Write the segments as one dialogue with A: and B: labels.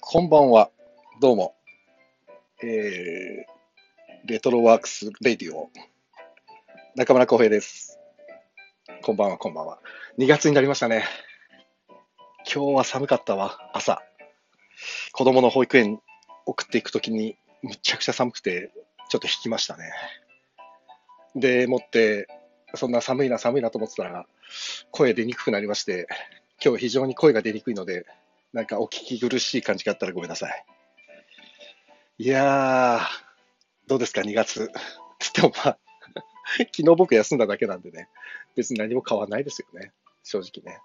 A: こんばんは。どうも。えー、レトロワークスレディオ。中村浩平です。こんばんは、こんばんは。2月になりましたね。今日は寒かったわ、朝。子供の保育園送っていくときに、むちゃくちゃ寒くて、ちょっと引きましたね。で、もって、そんな寒いな、寒いなと思ってたら、声出にくくなりまして、今日非常に声が出にくいので、なんかお聞き苦しい感じがあったらごめんなさい。いやー、どうですか、2月。つってもまあ、 昨日僕休んだだけなんでね、別に何も変わらないですよね、正直ね。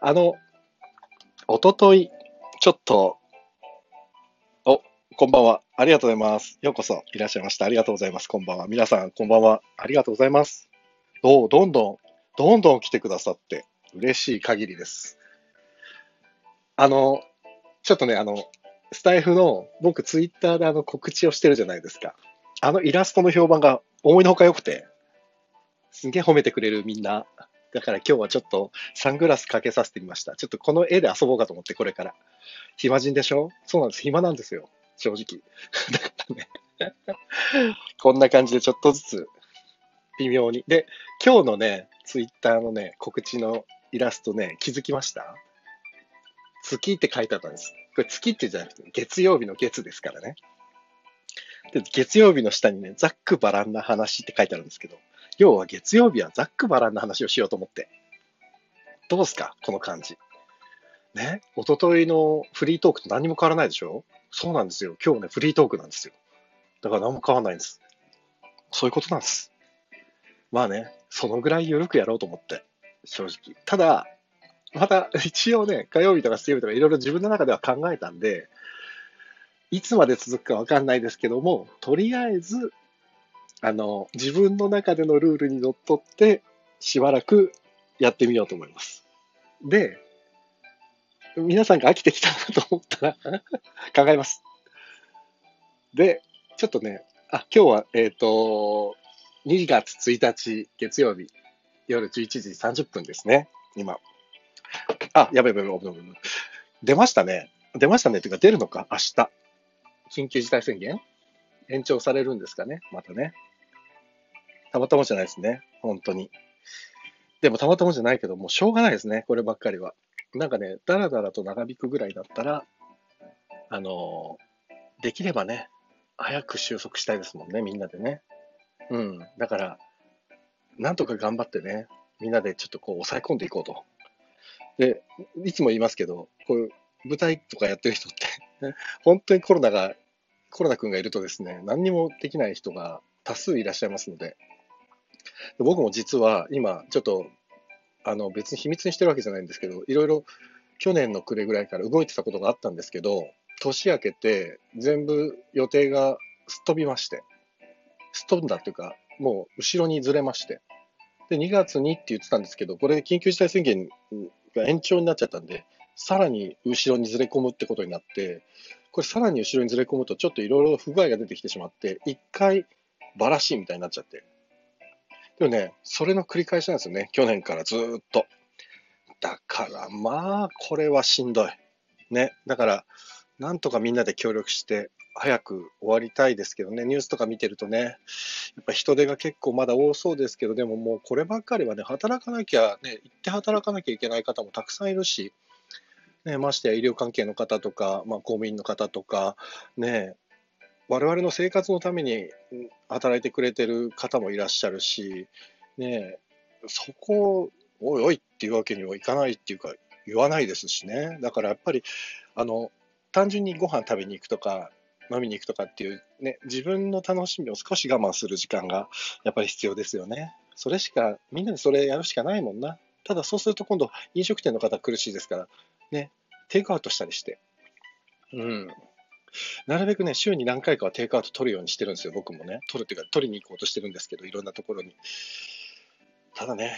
A: あの、一昨日ちょっと、お、こんばんは。ありがとうございます。ようこそいらっしゃいました。ありがとうございます。こんばんは。皆さん、こんばんは。ありがとうございます。おどんどん、どんどん来てくださって、嬉しい限りです。あの、ちょっとね、あの、スタイフの、僕、ツイッターであの告知をしてるじゃないですか。あのイラストの評判が思いのほか良くて、すんげえ褒めてくれるみんな。だから今日はちょっとサングラスかけさせてみました。ちょっとこの絵で遊ぼうかと思って、これから。暇人でしょそうなんです。暇なんですよ。正直。だからね。 こんな感じでちょっとずつ、微妙に。で、今日のね、ツイッターのね、告知のイラストね、気づきました月って書いてあったんです。これ月ってじゃなくて、月曜日の月ですからね。で、月曜日の下にね、ざっくばらんな話って書いてあるんですけど、要は月曜日はざっくばらんな話をしようと思って。どうですかこの感じ。ね、一昨日のフリートークと何も変わらないでしょそうなんですよ。今日ね、フリートークなんですよ。だから何も変わらないんです。そういうことなんです。まあね、そのぐらい緩くやろうと思って、正直。ただ、また一応ね、火曜日とか水曜日とかいろいろ自分の中では考えたんで、いつまで続くかわかんないですけども、とりあえず、あの、自分の中でのルールにのっとって、しばらくやってみようと思います。で、皆さんが飽きてきたなと思ったら 考えます。で、ちょっとね、あ、今日は、えっ、と、2月1日月曜日夜11時30分ですね、今。あ、やべやべやべやべやべ。出ましたね。出ましたね。というか、出るのか、明日。緊急事態宣言延長されるんですかね、またね。たまたまじゃないですね、本当に。でも、たまたまじゃないけど、もうしょうがないですね、こればっかりは。なんかね、だらだらと長引くぐらいだったら、あのーできればね、早く収束したいですもんね、みんなでね。うん。だから、なんとか頑張ってね、みんなでちょっとこう抑え込んでいこうと。で、いつも言いますけど、こういう舞台とかやってる人って、 ね本当にコロナが、コロナ君がいるとですね、何にもできない人が多数いらっしゃいますので、で僕も実は今、ちょっと、あの、別に秘密にしてるわけじゃないんですけど、いろいろ去年の暮れぐらいから動いてたことがあったんですけど、年明けて全部予定がすっ飛びまして、すっ飛んだというか、もう後ろにずれまして、で、2月にって言ってたんですけど、これ緊急事態宣言が延長になっちゃったんで、さらに後ろにずれ込むってことになって、これさらに後ろにずれ込むと、ちょっといろいろ不具合が出てきてしまって、一回バラしいみたいになっちゃって。でもね、それの繰り返しなんですよね、去年からずーっと。だからまあ、これはしんどい。ね、だから、なんとかみんなで協力して、早く終わりたいですけどね、ニュースとか見てるとね、やっぱ人手が結構まだ多そうですけど、でももうこればっかりはね、働かなきゃ、ね、行って働かなきゃいけない方もたくさんいるし、ね、ましてや医療関係の方とか、まあ、公務員の方とか、ね、我々の生活のためにうん働いてくれてる方もいらっしゃるし、ね、そこをおいおいっていうわけにはいかないっていうか、言わないですしね。だからやっぱり、あの、単純にご飯食べに行くとか、飲みに行くとかっていうね、自分の楽しみを少し我慢する時間がやっぱり必要ですよね。それしか、みんなでそれやるしかないもんな。ただそうすると今度飲食店の方苦しいですから、ね、テイクアウトしたりして。うん。なるべくね、週に何回かはテイクアウト取るようにしてるんですよ、僕もね。取るっていうか、取りに行こうとしてるんですけど、いろんなところに。ただね、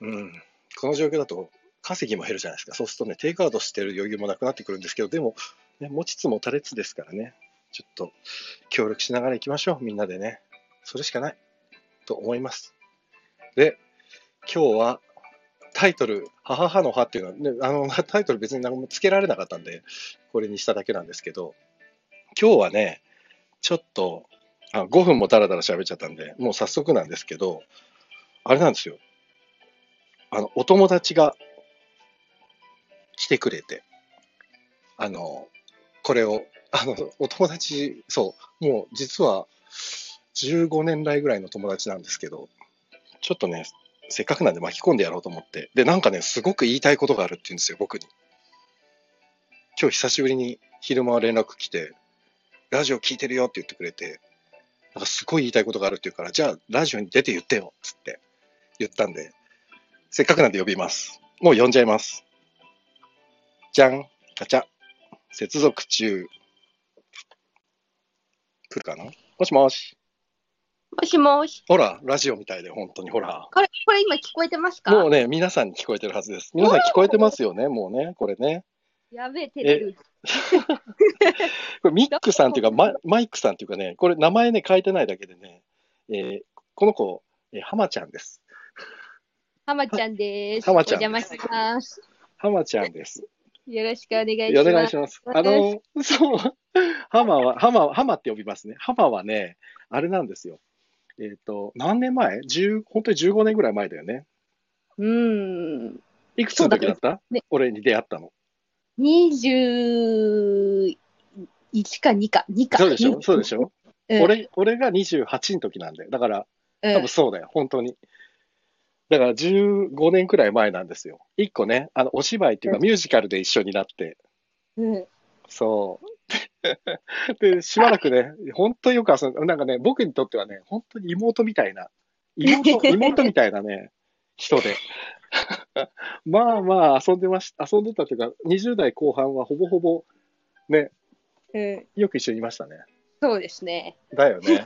A: うん、この状況だと稼ぎも減るじゃないですか。そうするとね、テイクアウトしてる余裕もなくなってくるんですけど、でも、ね、持ちつ持たれつですからね、ちょっと協力しながら行きましょう、みんなでね。それしかないと思います。で、今日はタイトル、はははのはっていうのは、ね、あの、 タイトル別に何もつけられなかったんで、これにしただけなんですけど、今日はね、ちょっと、あ5分もダラダラ喋っちゃったんで、もう早速なんですけど、あれなんですよ。あの、お友達が来てくれて、あの、これを、あの、お友達、そう、もう実は15年来ぐらいの友達なんですけど、ちょっとね、せっかくなんで巻き込んでやろうと思って、で、なんかね、すごく言いたいことがあるって言うんですよ、僕に。今日久しぶりに昼間連絡来て、ラジオ聞いてるよって言ってくれて、なんかすごい言いたいことがあるって言うから、じゃあラジオに出て言ってよ、つって言ったんで、せっかくなんで呼びます。もう呼んじゃいます。じゃん、ガチャ。接続中。来るかなもしもし。
B: もしもし。
A: ほら、ラジオみたいで、本当にほら。
B: これ、これ今聞こえてますか
A: もうね、皆さんに聞こえてるはずです。皆さん聞こえてますよね、もうね、これね。
B: やべえ、照れる。
A: これミックさんっていうか、ママイクさんっていうかね、これ名前ね、変えてないだけでね、えーこの子、えー、ハマちゃんです。
B: ハマちゃんです。
A: ハマちゃん
B: お邪魔します。
A: ハマちゃんです。
B: よろしくお願いし
A: お
B: ます。
A: 願いします。あの、そう、ハマは、ハマ、ハマって呼びますね。ハマはね、あれなんですよ。えっ、と、何年前 ?10、本当に15年ぐらい前だよね。
B: うーん。
A: いくつの時だった
B: ね
A: 俺に出会ったの。
B: 21か2か、2か。
A: そうでしょそうでしょ、
B: うん、
A: 俺、俺が28の時なんで。だから、
B: うん、
A: 多分そうだよ、本当に。だから15年くらい前なんですよ。一個ね、あの、お芝居っていうか
B: う
A: ミュージカルで一緒になって、
B: うん
A: そう。 で、しばらくね、本当によく遊んで、なんかね、僕にとってはね、本当に妹みたいな、 妹、妹みたいなね、人で。 まあまあ遊んでまし、遊んでたというか、20代後半はほぼほぼ
B: うん。
A: よく一緒にいましたね。
B: そうですね。
A: だよ ね。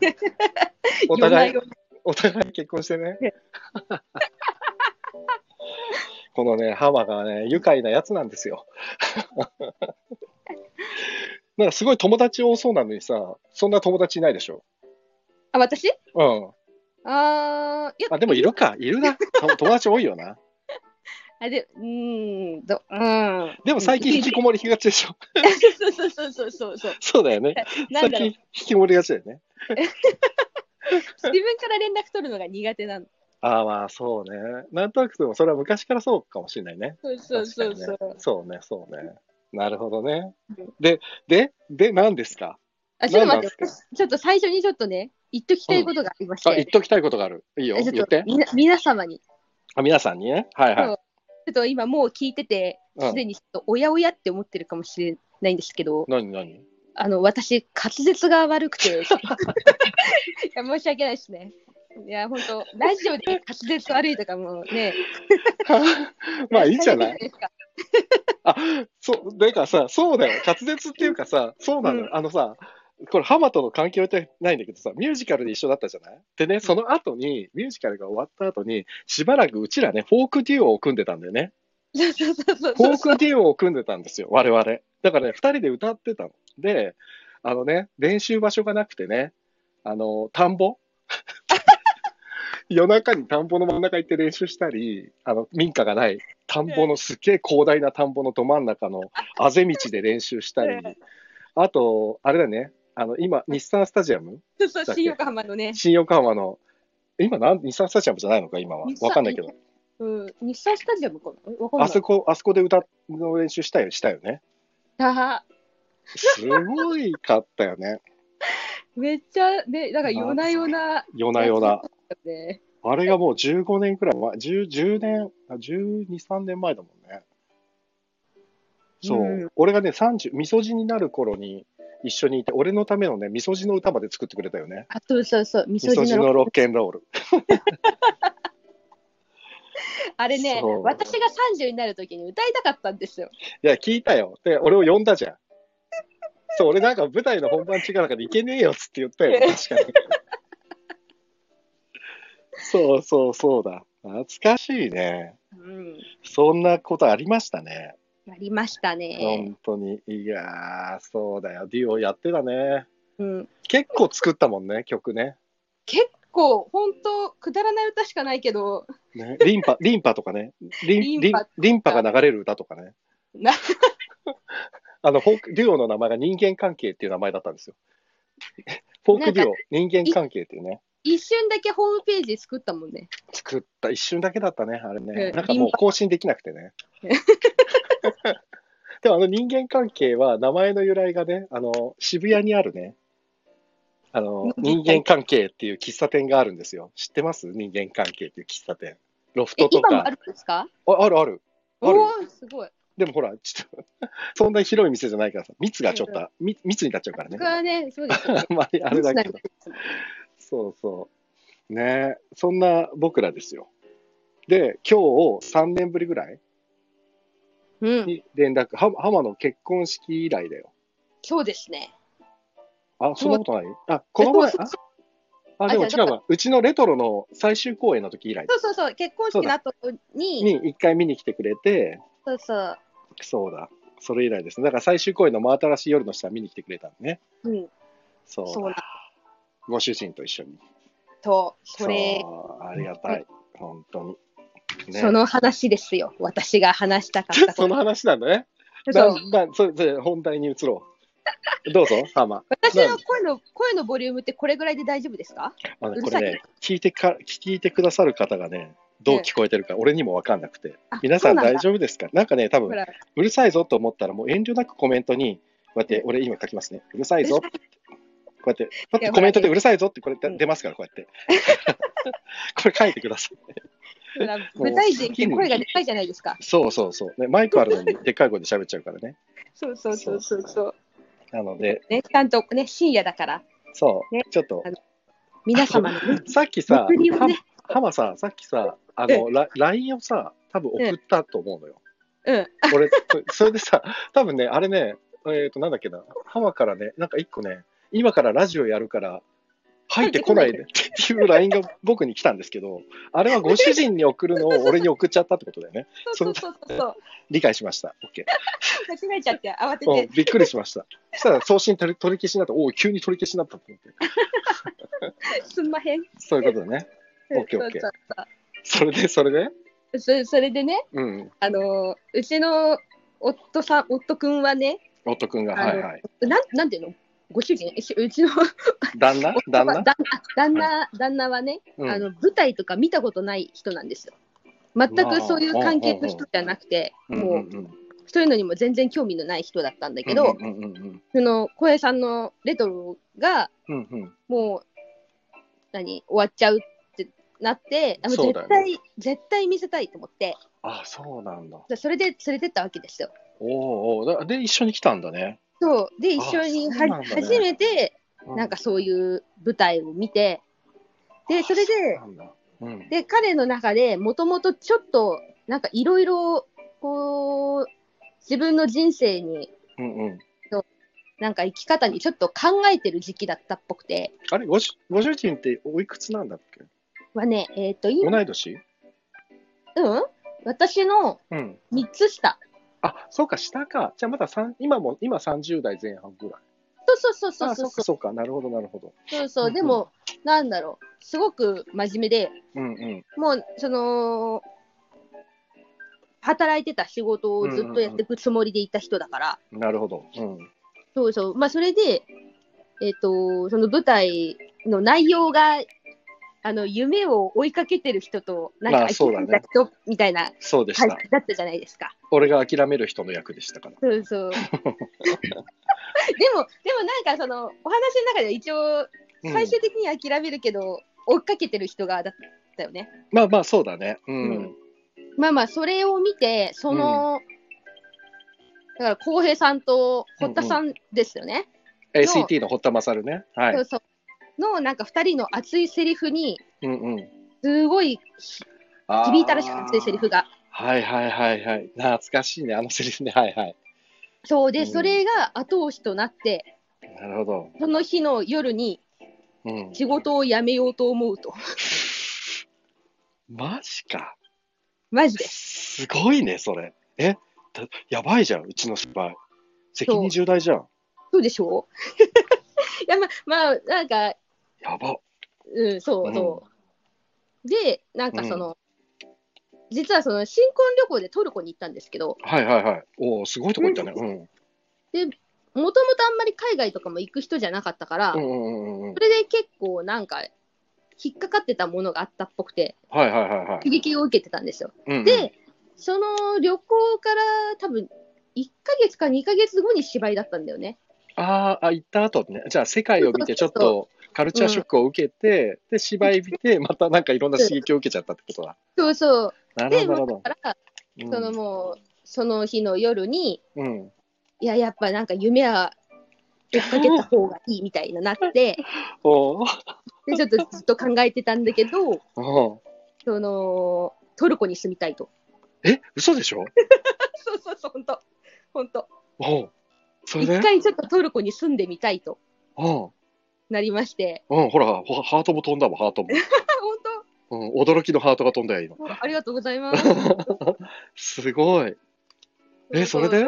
A: お互い
B: 夜、
A: お互い結婚してね
B: ね。
A: このね、ハマがね、愉快なやつなんですよ。 なんかすごい友達多そうなのにさ、そんな友達いないでしょ。
B: あ、私
A: うん。
B: あー、いや、
A: あ、でもいるか、いるな。と友達多いよな。
B: あで、うーん、ど、うー ん。
A: でも最近引きこもりがちでしょ。
B: そうそうそうそうそうそう。
A: そうだよね。
B: な
A: 最
B: んだ
A: 近
B: ろう、
A: 引きこもりがちだよね。
B: 自分から連絡取るのが苦手なの。
A: ああ、まあそうね。なんとなくでもそれは昔からそうかもしれないね。
B: そうそうそうそ
A: 確。
B: う
A: かにねそうね、そうね。なるほどね
B: うん。
A: で、で、で、何ですか
B: あ、ちょっと待って
A: 何なんで、
B: ちょっと最初にちょっとね、言っときたいことがありまし、
A: あ、言ってときたいことがある。いいよ、
B: えち
A: 言
B: ょ
A: っ
B: ってと。みな皆様に、ち
A: あ、皆さんにね。はいはい。
B: ょっと今もう聞いてて、
A: うん
B: すでにちょっとおやおやって思ってるかもしれないんですけど、
A: 何 何
B: あの私、滑舌が悪 くて、いや申し訳ないですね。いや、本当、ラジオで滑舌悪いとかもうね、
A: まあいいんじゃない
B: ですか
A: そう、だからさ、そうだよ。滑舌っていうかさ、そうなのよ。あのさ、これ、ハマとの関係はないんだけどさ、ミュージカルで一緒だったじゃないでね、その後に、ミュージカルが終わった後に、しばらくうちらね、フォークデュオを組んでたんだよね。
B: そうそうそうそう
A: フォークデュオを組んでたんですよ、我々。だからね、二人で歌ってたの。で、あのね、練習場所がなくてね、あの、田んぼ 夜中に田んぼの真ん中行って練習したり、あの、民家がない、田んぼのすっげえ広大な田んぼのど真ん中のあぜ道で練習したり
B: うん、
A: あと、あれだね、あの、今、日産スタジアム
B: そうそう新横浜のね、
A: 新横浜の、今なん、日産スタジアムじゃないのか、今は
B: 日。産
A: わかんないけど、
B: うん、日産スタジアムかなわかんな
A: あ
B: い
A: そこ、あそこで歌の練習したよ、したよね。
B: あ
A: すごいかったよね。
B: ーめっちゃ、ね、なんか夜な夜な、
A: 夜な夜な。
B: ね、
A: あれがもう15年くらい前、10, 10年、あ12、3年前だもんね。そう。
B: うん
A: 俺がね、30、みそじになる頃に一緒にいて、俺のためのね、みそじの歌まで作ってくれたよね。
B: あそうそうそう、み
A: み
B: そ
A: そじ
B: 汁の
A: のロッケンロール。
B: あれね
A: そう、
B: 私が30になるときに歌いたかったんですよ。
A: いや、聞いたよ。で、俺を呼んだじゃん。そう、俺なんか舞台の本番中かなんかで行けねえよっつって言った よ。確かに。そうそうそうだ。懐かしいね。
B: うん、
A: そんなことありましたね。
B: やりましたね。
A: 本当に。いやー、そうだよ。デュオやってたね。
B: うん、
A: 結構作ったもんね、曲ね。
B: 結構、本当くだらない歌しかないけど、
A: ね、リンパ、 リンパとかね、リンリン
B: リンパ
A: リンパが流れる歌とかね
B: な。
A: あの、フォーク、デュオの名前が人間関係っていう名前だったんですよ。フォークデュオ、人間関係っていうね、
B: 一瞬だけホームページ作ったもんね。
A: 作った、一瞬だけだったね、あれ
B: う
A: ね。
B: ん
A: なんかもう更新できなくて ね。でもあの人間関係は名前の由来がね、あの、渋谷にあるね、あの、人間関係っていう喫茶店があるんですよ。知ってます人間関係っていう喫茶店。ロフ
B: え
A: ト、と
B: 今もあ
A: か。
B: るんですか
A: ああるある。あ
B: お
A: る
B: おー、すごい。
A: でもほら、ちょっと、そんな広い店じゃないからさ、密がちょっと、み密になっちゃうからね
B: 僕。はね、そうですよね
A: あ。んまりあれだけど。そうそう。ねえそんな僕らですよ。で、今日3年ぶりぐらい
B: うん、
A: に連絡、は浜の結婚式以来だよ。
B: そうですね。
A: あ、そんなことないあ、この前、
B: えそう
A: あ
B: そ
A: あ、でも
B: あ
A: 違
B: じ
A: う
B: ゃあ
A: わ。うちのレトロの最終公演の時以来
B: そうそうそう、結婚式の後に、
A: に一回見に来てくれて、
B: そうそう、
A: そうだ。それ以来ですね。だから最終公演の真新しい夜の下見に来てくれたのね。
B: うん、
A: そうだ
B: そうなん
A: ご主人と一緒に。
B: と、それ、
A: そうありがたい。本当に。ね、
B: その話ですよ。私が話したかった
A: その話なんだね。
B: そ
A: だ
B: う
A: まあ、それ、それ本題に移ろ う。どうぞ、ハマ。
B: 私の声の声のボリュームってこれぐらいで大丈夫ですか
A: あの
B: うる
A: こ
B: さ
A: れ
B: い
A: ね、聞いてか、聞いてくださる方がね、どう聞こえてるか、俺にも分かんなくて。
B: あ
A: 皆さん
B: そうな
A: 大
B: だ
A: 丈夫ですかなんかね、多
B: ほ
A: 分
B: ら
A: うるさいぞと思ったら、もう遠慮なくコメントに、こうやって、俺今書きますね。うるさいぞ。こうやって、パッ
B: い
A: て
B: や
A: コメントでうるさいぞって、これ
B: うん
A: 出ますから、こうやって。 これ書いてください。
B: ほら舞台人って声がでかいじゃないですか。
A: そうそうそう。ね、マイクあるのに、でっかい声で喋っちゃうからね。
B: そうそうそうそうそう。
A: なので、
B: ね、ちゃんとね、深夜だから、
A: そう、
B: ね
A: ちょっと、
B: 皆様のね、
A: さっき さ、
B: ゆとりを ね
A: ハハマさ、さっきさ、あの、ラ LINE をさ、多分送ったと思うのよ。
B: うん、
A: 俺、そそれでさ、多分ね、あれね、えっ、と、なんだっけな、ハマからね、なんか一個ね、今からラジオやるから、入ってこないでっていう LINE が僕に来たんですけど、あれはご主人に送るのを俺に送っちゃったってことだよね。
B: そうそうそうそう。
A: 理解しました。OK。
B: 間違えちゃって、慌て
A: うん
B: て。
A: びっくりしました。そしたら送信取り取り消しになった。おお、急に取り消しになったと思って。
B: すんまへん。
A: そういうことだね。オッケーオッケー
B: そ
A: それ
B: うそう
A: で、それで、
B: そうそそれでね、
A: うん、
B: あのーうちの夫さん、夫くんはね、
A: 夫君が、
B: あの
A: はいはい。
B: なんなんていうのご主人、うちの
A: 旦那旦那
B: 旦旦那旦那はね、
A: うん
B: あの舞台とか見たことない人なんですよ。全くそういう関係の人じゃなくて、もう、
A: んんん
B: そういうのにも全然興味のない人だったんだけど、
A: うんうんうん
B: その小平さんのレトロが、
A: うんうん
B: もう、何、終わっちゃうってなって、あもう
A: そうだ
B: 絶
A: よね
B: 対、絶対見せたいと思って、
A: あそうなんだ。
B: それで連れてったわけですよ。
A: おーおーだで、一緒に来たんだね。
B: そうで一緒
A: あ
B: には
A: そうなんだね
B: 初めて
A: う
B: なんか、そういう舞台を見てでそれで
A: あそうなんだうん
B: で彼の中でもともとちょっとなんかいろいろこう自分の人生に
A: うんうん、
B: なんか生き方にちょっと考えてる時期だったっぽくて
A: あれごし、ご主人っておいくつなんだっけ
B: はねえっ、と今
A: 同い年
B: うん私の
A: うん。
B: 3つ下
A: あ、そうか、下か。じゃあまだ三今も、今30代前半ぐらい。
B: そうそうそう
A: あ、そ
B: そ
A: ううか、
B: そう
A: そうか。なるほど、なるほど。
B: そうそうでもなんだろうすごく真面目で
A: うんうん。
B: もうその働いてた仕事をずっとやっていくつもりでいた人だから、
A: なるほど。うん。
B: そうそう、まあ、それで、えっとその舞台の内容があの夢を追いかけてる人と、なん
A: ま
B: か
A: あそうだね
B: 諦めた人みたいな
A: そうでした。
B: 感じだったじゃないですか。
A: 俺が諦める人の役でしたから。
B: そ うそうでも、でもなんかそのお話の中では一応、
A: うん
B: 最終的には諦めるけど、追っかけてる人がだったよね。
A: まあまあ、そうだね。う。
B: うんまあまあ、それを見て、その、だから、浩平さんと堀田さんですよね。
A: ACT の堀田勝ね。はい。
B: そうそう。の、なんか、二人の熱いセリフに、
A: うんうん。
B: すごい
A: あー
B: 響いたらしくて、熱いセリフが。
A: はいはいはいはい。懐かしいね、あのセリフね。はいはい。
B: そう
A: うん
B: で、それが後押しとなって、
A: なるほど。
B: その日の夜に
A: うん。
B: 仕事を辞めようと思うと。
A: マジか。
B: マジで。
A: すごいね、それ。えだやばいじゃん、うちの失敗。責任重大じゃん。
B: そうでしょういや、まあ、まあ、なんか、
A: やば。
B: うん、そうそう。で、なんかその、実はその新婚旅行でトルコに行ったんですけど、
A: はいはいはい。おお、すごいとこ行ったね。うん。
B: もともとあんまり海外とかも行く人じゃなかったから、
A: うんうんうんうん
B: そ。れで結構なんか、引っかかってたものがあったっぽくて、
A: はいはいはいはい
B: 刺。激を受けてたんですよ。
A: うんうん、
B: で、その旅行から多分、1ヶ月か2ヶ月後に芝居だったんだよね。
A: あーあ、行った後ね。じゃあ、世界を見て、ち
B: そ
A: ょ
B: う
A: っ
B: そうそう
A: とカルチャーショックを受けて、で、芝居見て、またなんかいろんな刺激を受けちゃったってことだ。
B: そうそう。
A: なるほ
B: で、
A: ど、なる
B: も
A: ほ
B: う
A: ど。
B: だから、
A: うん
B: そのもう、その日の夜に、
A: うん。
B: いや、やっぱなんか夢は追っかけた方がいいみたいにな って、
A: おー
B: でちょっとずっと考えてたんだけど、
A: おー。
B: そのトルコに住みたいと。
A: え、嘘でしょ
B: そうそうそう、本当、本当。
A: おうそれ
B: 一
A: で
B: 回ちょっとトルコに住んでみたいと
A: うん。
B: なりまして、
A: うん、ほら、ほハートも飛んだもん、ハートも。
B: あ本
A: うん、驚きのハートが飛んだよ、今。
B: 当、ありがとうござい ます。
A: すごい。えそれで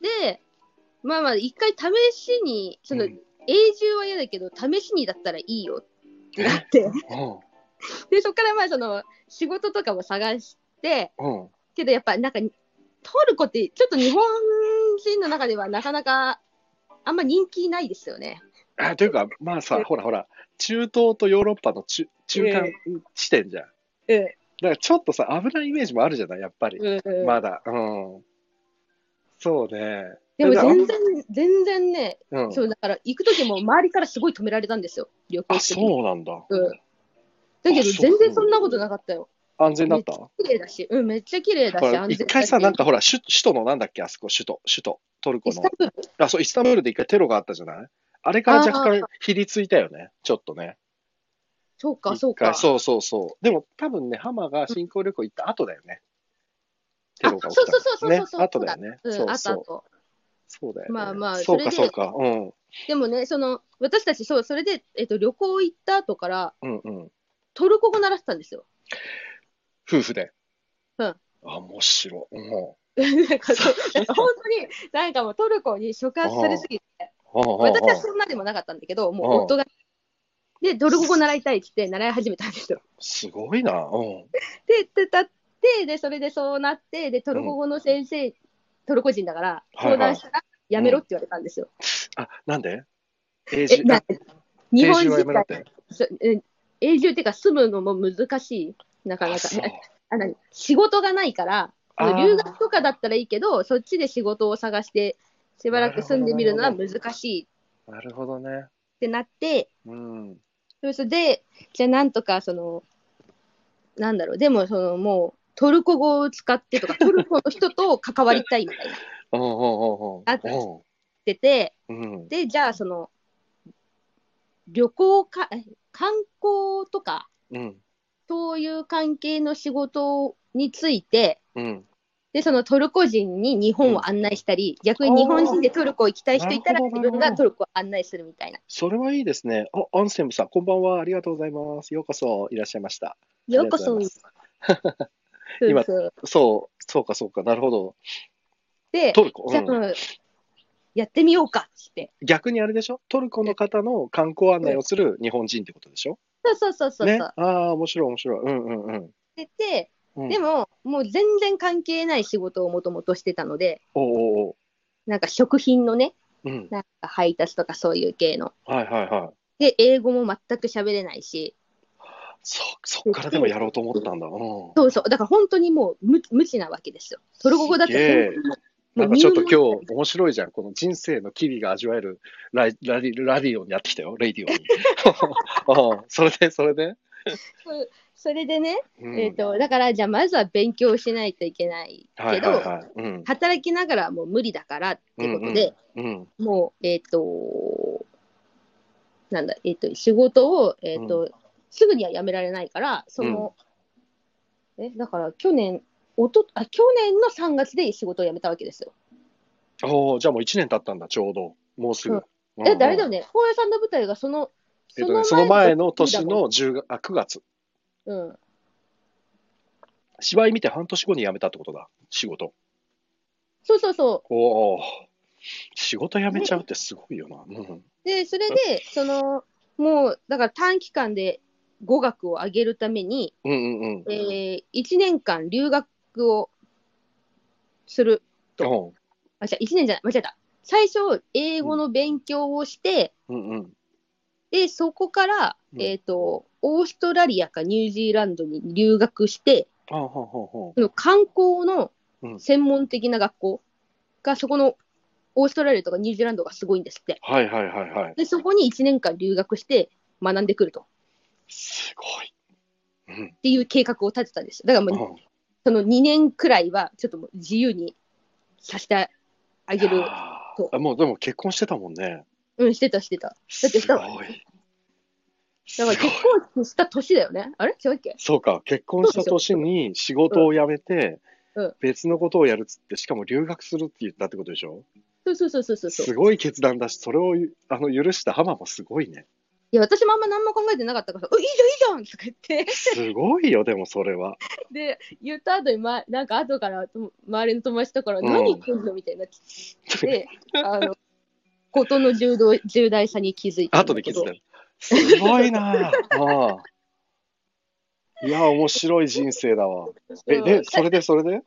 B: で、まあまあ、一回試しに、その、
A: うん
B: 永住は嫌だけど、試しにだったらいいよって
A: え
B: なって、
A: うん、
B: で、そこからまあ、その、仕事とかも探して、
A: うん。
B: けどやっぱ、なんか、トルコって、ちょっと日本人の中ではなかなか、あんま人気ないですよね。
A: あというか、まあさ、ほらほら、中東とヨーロッパの中中間地点じゃん。だ
B: うん。
A: からちょっとさ、危ないイメージもあるじゃない、やっぱり。
B: うんうん
A: まだ。うん。そうね。
B: でも全然、全然ね、
A: うん。
B: そうだから行く時も周りからすごい止められたんですよ、旅行
A: あ、
B: してる
A: そうなんだ。
B: うんだけど
A: あそう
B: 全然そんなことなかったよ。
A: 安全だった
B: 綺麗だし、うん、めっちゃ綺麗だし、
A: ほら
B: 安
A: 一
B: 全
A: 回
B: だし
A: さ、なんかほら、首首都のなんだっけ、あそこ、首都、首都、トルコ
B: イス
A: の
B: タン。ブール
A: あ、そう、イスタンブールで一回テロがあったじゃないあれから若干ひりついたよね、ちょっとね。
B: そう
A: 一回
B: か、そうか。
A: そうそうそう。でも多分ね、ハマが新興旅行行った後だよね。テロが起きたの。
B: あそうそうそうそうそう
A: ね
B: そう
A: 後だよね。
B: うん
A: そ
B: あ
A: う
B: とあ
A: そう。
B: と。
A: そうだよね。
B: まあまあ
A: そうか、
B: そ
A: そ
B: れ
A: う
B: で
A: か。うん。
B: でもね、その私たちそう、それで、えっと旅行行った後から、
A: うんうん。
B: トルコ語習ってたんですよ。
A: 夫婦で。
B: うん
A: あ、面白い。うん。
B: なんかそうなんか本当に、なんかもうトルコに触発されすぎて、私は
A: 私
B: そんなでもなかったんだけど、も
A: うん
B: う夫が。で、トルコ語習いたいって言って、習い始めたんですよ。
A: すごいな。うん。
B: で、で、だって、で、それでそうなって、で、トルコ語の先生、トルコ人だから、
A: はいはい
B: 相談したら、やめろって言われたんですよ。
A: あ、なんで永
B: え、な
A: あ
B: 日本
A: 永住はや
B: 人
A: めろっ
B: が
A: て。
B: そえ永住っていうか、住むのも難しい、なかな
A: あ
B: か
A: そう。。
B: あ何仕事がないから、
A: あー
B: 留学とかだったらいいけど、そっちで仕事を探して、しばらく住んでみるのは難しいっ
A: なるほどね。
B: てなって、
A: うん。
B: それで、じゃあなんとか、その、なんだろう、でも、その、もう、トルコ語を使ってとか、トルコの人と関わりたいみたいな。
A: うんうんうんうん。
B: あってて、
A: うん。うん。
B: で、じゃあ、その、旅行か、え観光とか、
A: うん。
B: そういう関係の仕事について、
A: うん。
B: で、そのトルコ人に日本を案内したり、逆に日本人でトルコ行きたい人いたら、
A: おー
B: 自分がトルコを案内するみたいな。
A: それはいいですね。あ、アンセムさん、こんばんは。ありがとうございます。ようこそいらっしゃいました。りが
B: よ
A: と
B: う
A: うご
B: こ
A: ざい
B: そ
A: ま。す
B: そう そう
A: そう、そうか、そうか。なるほど。
B: で、
A: トルコ。
B: じゃあ、
A: うん
B: うんやってみようかって。
A: 逆にあれでしょトルコの方の観光案内をする日本人ってことでしょ
B: そうそうそうそう。
A: ね。
B: そう
A: ああ、面白い、面白い。うんうんうん
B: でで
A: うん。
B: でも、もう全然関係ない仕事をもともとしてたので、
A: おうおうおう。
B: なんか食品のね、
A: うん。
B: なんか配達とかそういう系の。
A: はいはいはい。
B: で、英語も全く喋れないし、
A: そ、そっからでもやろうと思ったんだ。うん。
B: そうそう、だから本当にもう無無知なわけですよ。トルコ語だって
A: すげえ
B: 本当
A: な
B: にもうん
A: かちょっと
B: 入門
A: 今日面白いじゃん。この人生の機微が味わえるライラリラディオにやってきたよ。レディオに。ああそれで、それで。
B: それでね、
A: うん
B: えー、と、だからじゃあまずは勉強しないといけないけど、
A: はいはいはい。うん。
B: 働きながらもう無理だからってことで、
A: うん。
B: もう、えっ、と、なんだ、えっ、と、仕事を、えっ、と、すぐには辞められないから、その、え、だから去年、おとあ去年の3月で仕事を辞めたわけですよ。
A: おお、じゃあもう1年経ったんだ、ちょうど。もうすぐ。
B: うん
A: うん
B: え、誰だよ
A: うん
B: ね、高野さんの舞台がその、
A: えっとね、その前の
B: 時
A: 年
B: だもん
A: の10があ9月。
B: うん、
A: 芝居見て半年後に辞めたってことだ、仕事。
B: そうそうそ
A: おお。仕事辞めちゃうってすごいよな。うん。
B: う。で、それで、その、もうだから短期間で語学を上げるために、
A: うんうんうん。
B: えー、1年間留学をする。
A: うん
B: あ、違う、1年じゃない、間違えた。最初、英語の勉強をして、
A: うんうん。
B: で、そこから、
A: うん
B: えっ、と、オーストラリアかニュージーランドに留学して、
A: あほうほうほ
B: その観光の
A: うん
B: 専門的な学校が、そこのオーストラリアとかニュージーランドがすごいんですって。
A: う。はいはいはいはい。
B: で、そこに1年間留学して学んでくると。
A: すごい。うん
B: っていう計画を立てたんですよだから
A: う
B: もう、
A: ん。
B: その2年くらいは、ちょっともう自由にさせてあげる。
A: あ
B: そう
A: ーもうでも結婚してたもんね。
B: うん、してた、してた。
A: す
B: だってさ
A: ごい。す
B: だ
A: ごい
B: から。結婚した年だよね。あれ違うっけ
A: そうか、結婚した年に仕事を辞めて
B: うん、
A: 別のことをやるっつって、しかも留学するって言ったってことでしょ
B: そうそうそうそうそうそう。
A: すごい決断だし、それをあの許した浜もすごいね。
B: いや、私もあんま何も考えてなかったから、ういいじゃん、いいじゃんとか言って、
A: すごいよ、でもそれは。
B: で、言った後に、ま、なんか後からと周りの友達とから、
A: うん
B: 何言ってんのみたいになってきて、あの、ことの重度重大さに気づいたん
A: 後
B: だ
A: で
B: け
A: 気
B: ど。
A: づいた。すごいな ああ。いや、面白い人生だわ。え、
B: そう
A: で、それで、それで
B: で、だ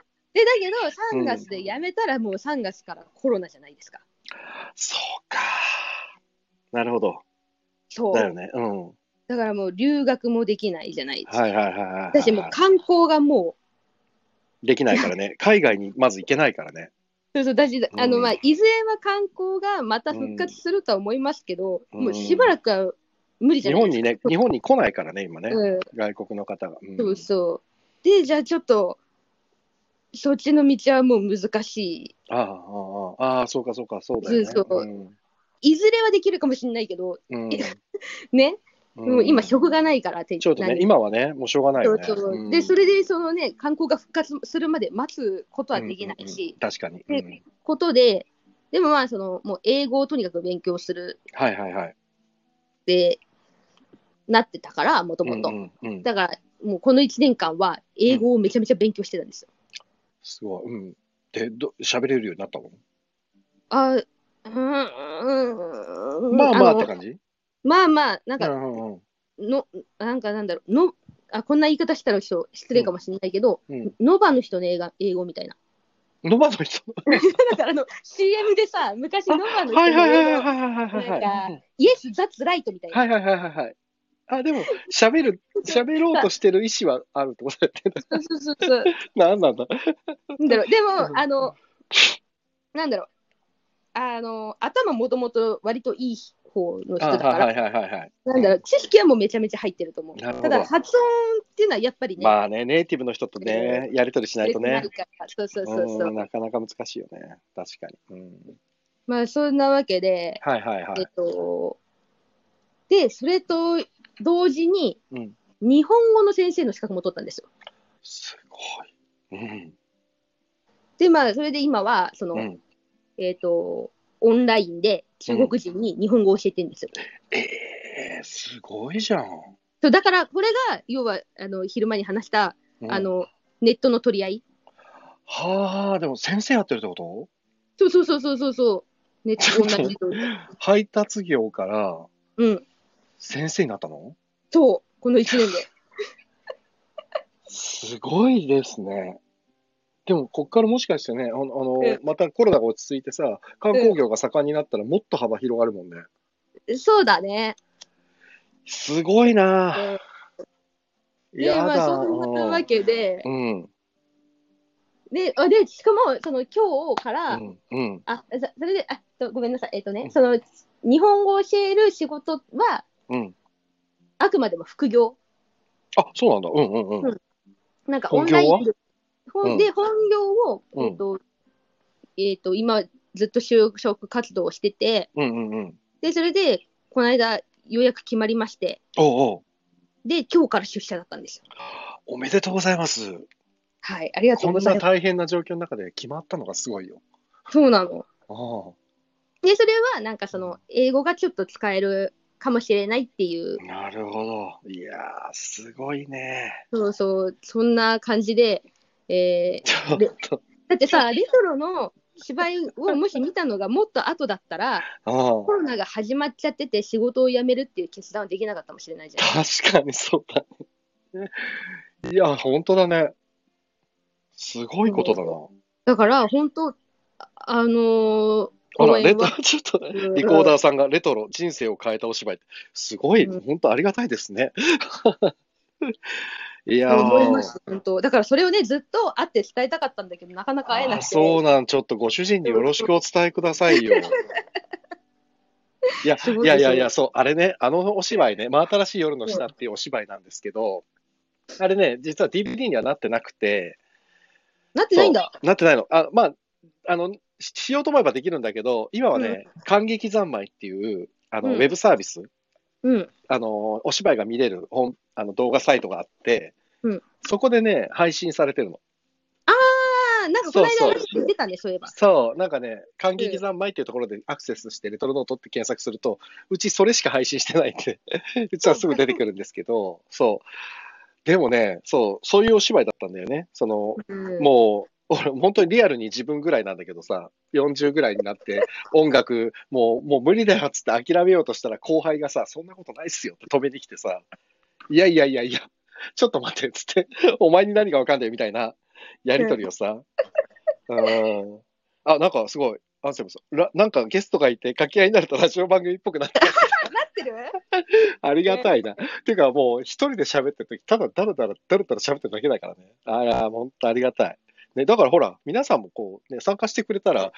B: けど、3月で辞めたら、もう3月からコロナじゃないですか。
A: そうか。なるほど。
B: そう。
A: だよね。うん。は
B: だからもう留学もできないじゃないです
A: い
B: か。
A: はいはいはいはい。
B: 私もう観光がも
A: できないからね。海外にまず行けないからね。
B: う、そうそう、だし、
A: ん
B: あの、まあ、いずれは観光がまた復活するとは思いますけど、
A: うん
B: もうしばらくは無理じ
A: 日
B: ゃない
A: 本
B: です
A: に
B: か。
A: ね、日本に来ないからね、今ね。
B: うん、
A: 外国の方が。うん
B: そうそう。で、じゃあちょっと、そっちの道はもう難し
A: ああああ、ああ、そうかそうか、そうだよね。
B: そうそう
A: うん
B: い。いずれはできるかもしれないけど、
A: うん
B: ね、
A: うん
B: もう今、職がないからって
A: ちょっとね、今はね、もうしょうがない
B: そ
A: よ
B: う
A: ね。
B: そう
A: うん
B: で、それで、そのね、観光が復活するまで待つことはできないし、
A: うんうんうん確かに。
B: で
A: うん
B: ことで、でもまあ、その、もう英語をとにかく勉強する
A: はいはいはい。
B: ってなってたから、もとも
A: う
B: と。
A: んうんうん
B: だから、もうこの1年間は、英語をめちゃめちゃ勉強してたんですよ。
A: すごい。うん。で、ど喋れるようになったもん。
B: あーうーん、
A: まあまあ
B: の
A: って感じ。
B: まあまあ、なん
A: う
B: か、
A: んうんうん
B: の、なんかなんだろう、の、あ、こんな言い方したらちょっと失礼かもしれないけど、
A: うん
B: ノバの人の映画英語みたいな。
A: ノバの人。
B: だからあの CM でさ、昔ノバの人の
A: はいはいはい
B: 映
A: は
B: 画
A: いはいはいはい。
B: なんイエス・ザ・ツ・ライトみたいな。
A: はいはいはいはいはい。あ、でも、喋る、喋ろうとしてる意思はあるってことだよね。
B: そうそうそうそう。
A: なんなんだ。
B: なんだろう、で
A: うん
B: も、あの、なんだろう、あの、頭もともと割といい方の人
A: あ
B: だか
A: は
B: ら、
A: いはいはいはい。
B: なんだろう、知識はもうめちゃめちゃ入ってると思う。
A: なるほ
B: た
A: ど
B: だ、発音っていうのはやっぱりね、
A: まあね、ネイティブの人とね、やりとりしないと
B: な
A: ね
B: る。からそうそうそうそう。
A: うんなかなか難しいよね。確かに。うん、
B: まあ、そんなわけで、
A: はいはいは
B: えっ
A: い。
B: と、で、それと同時に、
A: うん
B: 日本語の先生の資格も取ったんですよ。
A: すごい。うん。
B: で、まあ、それで今は、その、
A: うん、
B: えっと、オンラインで中国人に日本語を教えてるんですよ。
A: えー、すごいじゃん。
B: そうだから、これが、要は、あの、昼間に話した、
A: うん
B: あの、ネットの取り合い。
A: はあ、でも先生やってるってこと
B: そうそうそうそうそうそう。ネット、
A: ちょっと
B: 同 じ取り合い。
A: 配達業から
B: うん。
A: 先生になったの
B: そう、この1年で。
A: すごいですね。でも、こっからもしかしてね、あの、あの
B: うん
A: またコロナが落ち着いてさ、観光業が盛んになったらもっと幅広がるもんね。
B: そうだね。
A: すごいな
B: で、
A: いやだ、
B: まあ、そんなわけで、
A: うん。うん。
B: で、あで、しかも、その、今日から、
A: うん。うん。
B: あ、そそれで、あと、ごめんなさい。えっ、と
A: うん
B: ね、その、日本語を教える仕事は、
A: うん。
B: あくまでも副業。
A: あ、そうなんだ。うんうんうん。
B: うんなんか、オ
A: 本
B: ン
A: 業
B: ラ
A: は
B: インで、
A: うん
B: 本で、本業を、
A: うん
B: えっ、と、えっ、と、今、ずっと就職活動をしてて、
A: うんうんうん。
B: で、それで、この間、ようやく決まりまして、
A: おうおう。
B: で、今日から出社だったんですよ。
A: おめでとうございます。
B: はい、ありがと
A: こ
B: うご
A: ん
B: ざい
A: な
B: ます。
A: 大変な状況の中で決まったのがすごいよ。
B: そうなの。
A: あ
B: で、それは、なんか、その、英語がちょっと使えるかもしれないっていう
A: あ、、なるほど。いやー、すごいね。
B: そうそう、そんな感じで、えー
A: ちょっと。
B: だってさ、レトロの芝居を もし見たのがもっと後だったら、
A: あ
B: コロナが始まっちゃってて仕事を辞めるっていう決断はできなかったかもしれないじゃん。
A: あ、確かにそうだね。いや、本当だね。すごいことだな。
B: だから本当、ああのー
A: あ
B: 応
A: ら、レ
B: 援
A: トロ、
B: は
A: ちょっとね、
B: うん
A: リコーダーさんがレトロ、人生を変えたお芝居って、すごい、
B: うん
A: 本当ありがたいですね。 いや
B: 思いま
A: ー
B: した、本当。だからそれをね、ずっと会って伝えたかったんだけど、なかなか会えな
A: あ
B: くて。
A: そうなん、ちょっとご主人によろしくお伝えください よ。いや、
B: すご
A: い
B: い
A: やいやいや、そう、あれね、あのお芝居ね、真新しい夜の下っていうお芝居なんですけど、あれね、実は DVD にはなってなくて、
B: なってないんだ。
A: そうなってないの。あまあ、あの、ししようと思えばできるんだけど、今はね、感激三昧っていう、あの、
B: うん
A: ウェブサービス、
B: うん。
A: あの、お芝居が見れる本、あの動画サイトがあって、
B: うん
A: そこでね、配信されてるの。
B: ああ、なんかこの
A: そう
B: 間
A: そう
B: 出てたね、そういえば。
A: そう、なんかね、感激三昧っていうところでアクセスして、レトロノートって検索すると、うちそれしか配信してないんで、 うちはすぐ出てくるんですけど、そう。でもね、そう、そういうお芝居だったんだよね。その、
B: うん
A: もう、俺、本当にリアルに自分ぐらいなんだけどさ、40ぐらいになって、音楽、もう、もう無理だよっつって諦めようとしたら、後輩がさ、そんなことないっすよって止めに来てさ、いやいやいやいや、ちょっと待ってっつって、お前に何がわかんないみたいなやりとりをさ、うん。あ、なんかすごい、アンセムさん、らなんかゲストがいて、掛け合いになるとラジオ番組っぽくなって、
B: なってる
A: ありがたいな。ていうかもう、一人で喋ってるとき、ただだらだらだらだら喋ってるだけだからね。あら、ほんとありがたい。ね、だからほら、皆さんもこう、ね、参加してくれたら、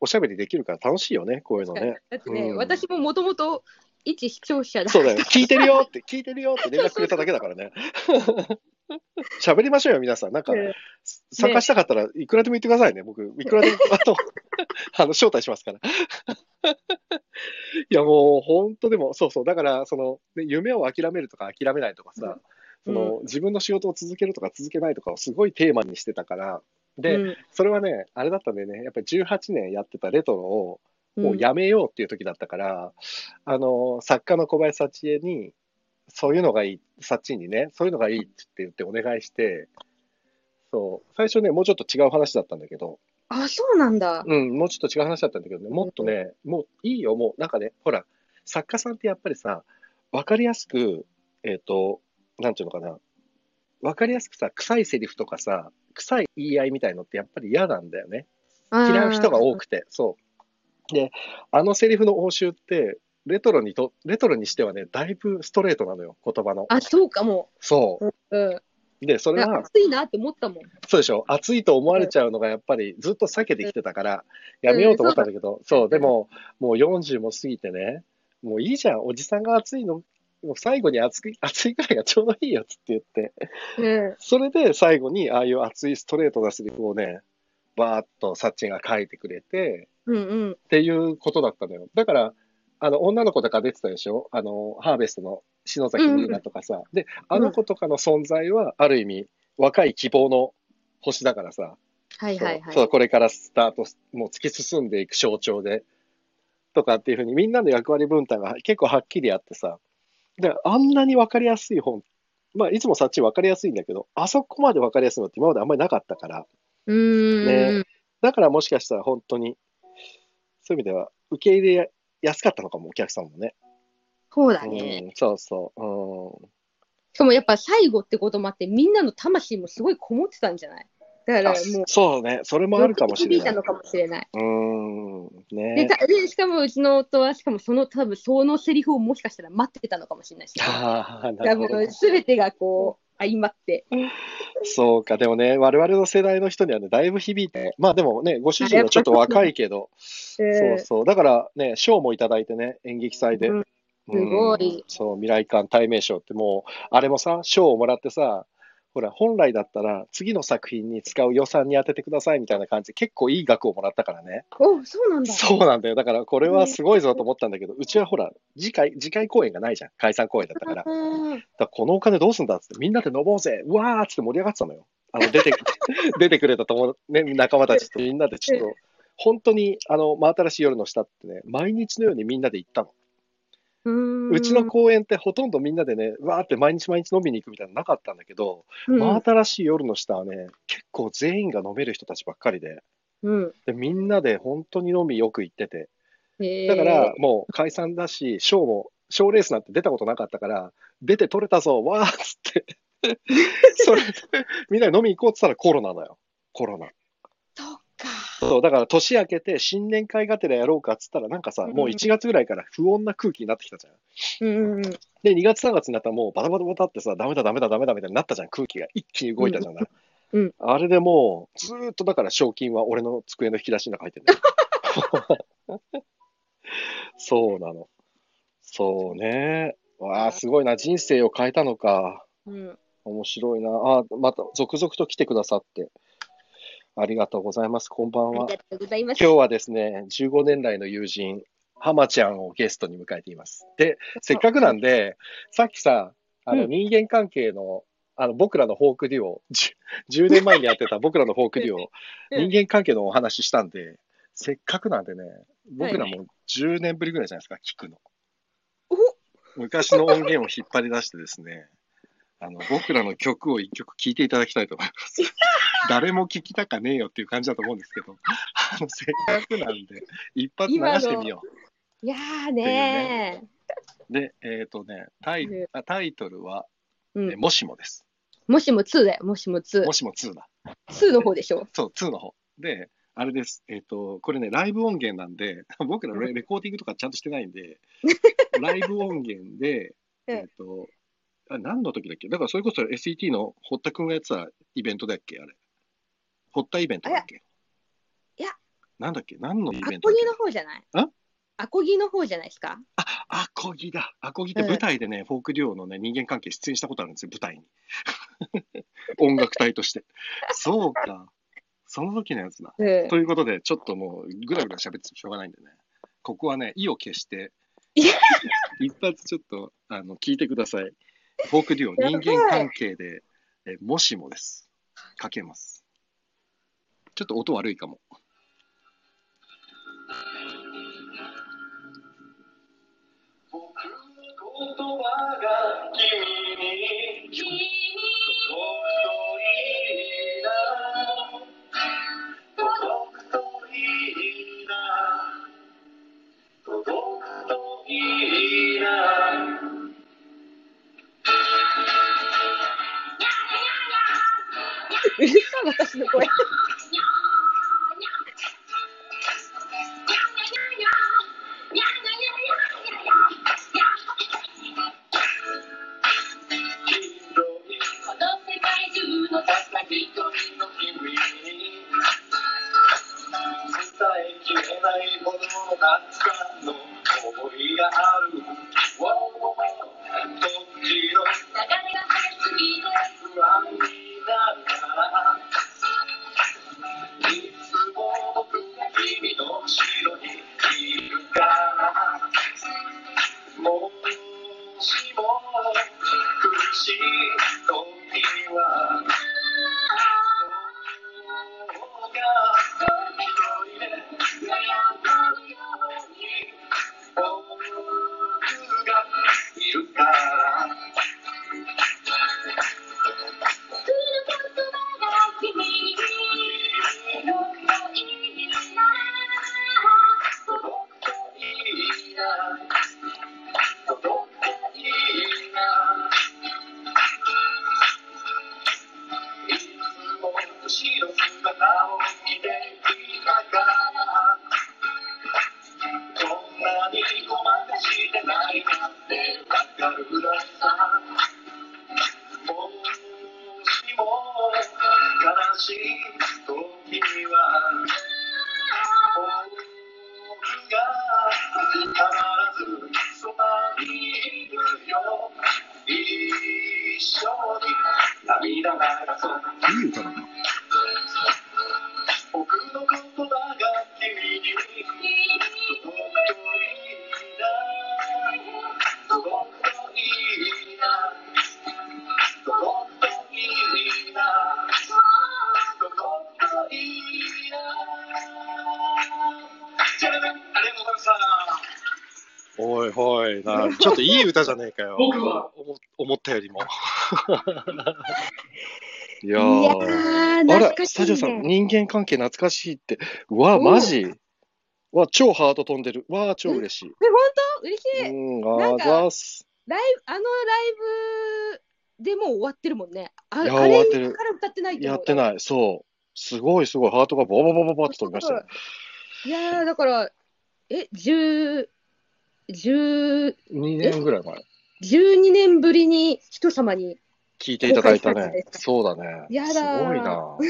A: おしゃべりできるから楽しいよね、こういうのね。
B: だってね、
A: うん
B: 私ももともと一視聴者だ。
A: そうだよ、聞いてるよって、聞いてるよって連絡くれただけだからね。喋りましょうよ、皆さん。なんか、
B: うん
A: 参加したかったらいくらでも言ってくださいね、僕、いくらでも、あ の、あの招待しますから。 いや、もう、本当でも、そうそう、だから、その、ね夢を諦めるとか諦めないとかさ、
B: う
A: そ
B: ん
A: の、自分の仕事を続けるとか続けないとかをすごいテーマにしてたから、で、
B: うん
A: それはね、あれだったんでね、やっぱり18年やってたレトロを、
B: うん
A: もうやめようっていう時だったから、あの、作家の小林幸恵に、そういうのがいい、幸恵にね、そういうのがいいって言ってお願いして、そう、最初ね、もうちょっと違う話だったんだけど、
B: あ、そうなんだ。
A: うん、もうちょっと違う話だったんだけどね、もっとね、もういいよ、もう、なんかね、ほら、作家さんってやっぱりさ、わかりやすく、えっ、と、なんていうのかな、わかりやすくさ、臭いセリフとかさ、臭い言い合いみたいのってやっぱり嫌なんだよね。嫌う人が多
B: く
A: くて、そう。で、あのセリフの応酬って、レトロにと、レトロにしてはね、だいぶストレートなのよ、言葉の。
B: あ、そうかも。
A: そう
B: うん。
A: う。で、それ
B: なん
A: は
B: か、暑いなって思ったもん。
A: そうでしょ、熱いと思われちゃうのがやっぱりずっと避けてきてたから、やめようと思ったんだけど、そう、でも、もう40も過ぎてね、もういいじゃん、おじさんが熱いの、もう最後に熱い、熱いくらいがちょうどいいよっつって言って、
B: うん。
A: それで最後にああいう熱いストレートなセリフをね、バーっとサッチンが書いてくれて、
B: うんうん。
A: っていうことだったのよ。だから、あの、女の子とか出てたでしょあの、ハーベストの篠崎ミーナとかさ。で、あの子とかの存在は、ある意味、若い希望の星だからさ。
B: はいはいは
A: そう、
B: い。
A: これからスタート、もう突き進んでいく象徴で、とかっていうふうに、みんなの役割分担が結構はっきりあってさ。で、あんなにわかりやすい本、まあ、いつもさっちわかりやすいんだけど、あそこまでわかりやすいのって今まであんまりなかったから。
B: うーん。
A: だからもしかしたら本当に、そういう意味では、受け入れやすかったのかも、お客さんもね。
B: そうだ
A: う
B: ね。
A: ん、そうそう。
B: しかもやっぱ最後ってこともあって、みんなの魂もすごいこもってたんじゃないだか
A: うん、
B: ら
A: あ
B: もう、
A: そうね、それもあるかもしれ
B: よく
A: な
B: 響
A: い。
B: たのかもしれない。
A: うん、
B: で
A: ね。
B: たでしかもうちの夫は、しかもその多分そのセリフをもしかしたら待ってたのかもしれないし、
A: ああ、な
B: 多
A: るほど。
B: 分すべてがこう、相まって、
A: そうか、でもね、我々の世代の人にはね、だいぶ響いて、まあでもね、ご主人はちょっと若いけど、そうそう、だからね、賞もいただいてね、演劇祭で。
B: うんすごい
A: うんそう、未来館対名賞ってもう、あれもさ、賞をもらってさ、ほら、本来だったら次の作品に使う予算に当ててくださいみたいな感じで、結構いい額をもらったからね。
B: おそうなんだ。
A: そうなんだよ。だから、これはすごいぞと思ったんだけど、うちはほら、次回、次回公演がないじゃん。解散公演だった から。だか
B: うん
A: らこのお金どうすんだっつって、みんなで飲もうぜ、うわーっつって盛り上がってたのよ。あの、 出て、出てくれた友、ね、仲間たちとみんなでちょっと、本当に、あの、真新しい夜の下ってね、毎日のようにみんなで行ったの。
B: うん
A: うちの公園ってほとんどみんなでね、わーって毎日毎日飲みに行くみたいなのなかったんだけど、
B: うん
A: 真新しい夜の下はね、結構全員が飲める人たちばっかりで、
B: うん。
A: で、みんなで本当に飲みよく行ってて、
B: へー
A: だから、もう解散だし、賞も、賞レースなんて出たことなかったから、出て取れたぞ、わーっつって、 それ、みんなで飲み行こうっつったらコロナだよ、コロナ。
B: そっか。
A: そう、だから年明けて新年会がてらやろうかっつったら、なんかさ、もう1月ぐらいから不穏な空気になってきたじゃん。
B: うんうんうん。
A: で、2月3月になったらもうバタバタバタってさ、ダメだダメだダメだみたいになったじゃん、空気が一気に動いたじゃない。
B: うんうん
A: あれでもう、ずーっとだから賞金は俺の机の引き出しの中入ってんだよ。 そうなの。そうね。わあ、すごいな。人生を変えたのか。
B: うん、
A: 面白いな。あーまた続々と来てくださって。ありがとうございます。こんばん
B: ありが
A: は。
B: とうございます。
A: 今日はですね、15年来の友人、ハマちゃんをゲストに迎えています。で、 せっかくなんで、さっきさ、あ
B: う
A: の
B: ん
A: 人間関係の、あの僕らのフォークデュオ、10, 10年前にやってた僕らのフォークデュオ、
B: うん
A: 人間関係のお話ししたんで、せっかくなんでね、僕らも10年ぶりぐらいじゃないですか、聞くの。
B: お
A: 昔の音源を引っ張り出してですね、あの僕らの曲を一曲聴いていただきたいと思います。誰も聴きたかねえよっていう感じだと思うんですけど、あのせっかくなんで、一発流してみよ
B: いやーね
A: う。で、えっ、とねタイ
B: ね、
A: あタイトルは、
B: ー、う
A: え
B: ん、
A: もしもです。
B: もしも2だよ、もしも2
A: も。しも2だ。
B: 2の方でしょ。
A: そう、2の方。で、あれです。えっ、と、これね、ライブ音源なんで、 僕らレレコーディングとかちゃんとしてないん で、ライブ音源で、
B: うん
A: えっ、と、あ何の時だっけだからそれこそ SET の堀田君がやってたイベントだっけあれ。堀田イベントだっけ
B: いやいや。
A: なんだっけ何のイ
B: ア
A: ベント
B: コ
A: だっ
B: ギ
A: け
B: の方じゃない
A: あ
B: アコギの方じゃないですか。
A: アコギだ。アコギって舞台でね、フォークデュオのね、人間関係出演したことあるんですよ、舞台に。 音楽隊として。そうか。その時のやつだ。
B: うん
A: ということで、ちょっともう、ぐらぐら喋ってしょうがないんでね、ここはね、意を決して
B: いや、
A: 一発ちょっとあの聞いてください。フォークデュオ、人間関係で、えもしもです。かけます。ちょっと音悪いかも。
C: 僕の言葉が君に届くといいな届くといいな届くといいな
B: うるさい、私の声。
D: この世界中のたった一人の君に
C: 伝えきれないほどのたくさんの想いがある Wow 時の
D: 流れが速すぎて
C: 不安になるからいつも僕が君の後ろにいるからもしも苦しい時は僕が一人で悩むように僕がいるから
D: 来る言葉が君に届くといいな
C: 届くといいな届くといいな「いつも後ろ姿を見ていたから」「こんなにごまかしてないなんてわかるのさ」「もしも悲しい時は僕がたまらずそばにいるよ」「一緒に涙がそう」
A: いい歌だな。
C: 僕の言葉が君に届くといいな届くといいな届くといいな届くといいなじゃあねありがとうございました
A: おいおいな、ちょっといい歌じゃねえかよ。
C: 僕は
A: 思思ったよりも。いや
B: いや
A: ー、
B: ー、あー、
A: あ
B: 懐
A: ら
B: か、
A: ス
B: し
A: タジオ
B: い
A: さん、
B: ね。
A: 人間関係懐かしいって。うわ、
B: うん
A: マジわ、超ハート飛んでる。わ、超嬉しい。
B: え、本当嬉しい。
A: うん、
B: な
A: あ
B: んか
A: ざっす。
B: ライブ、あのライブでもう終わってるもんね。あ
A: いや
B: あ
A: 終わっ
B: れ
A: てる
B: から歌ってないと思う
A: や
B: よ
A: ってない。そう。すごいすごい。ハートがボボボボボって飛びましたよ。
B: いやーだから、え、10、10、
A: 2年ぐらい前。
B: 12年ぶりに人様に、
A: 聞いていただいた
B: 公開され
A: ね。
B: た
A: そうだね。
B: やだ
A: す
B: ー
A: ごいな。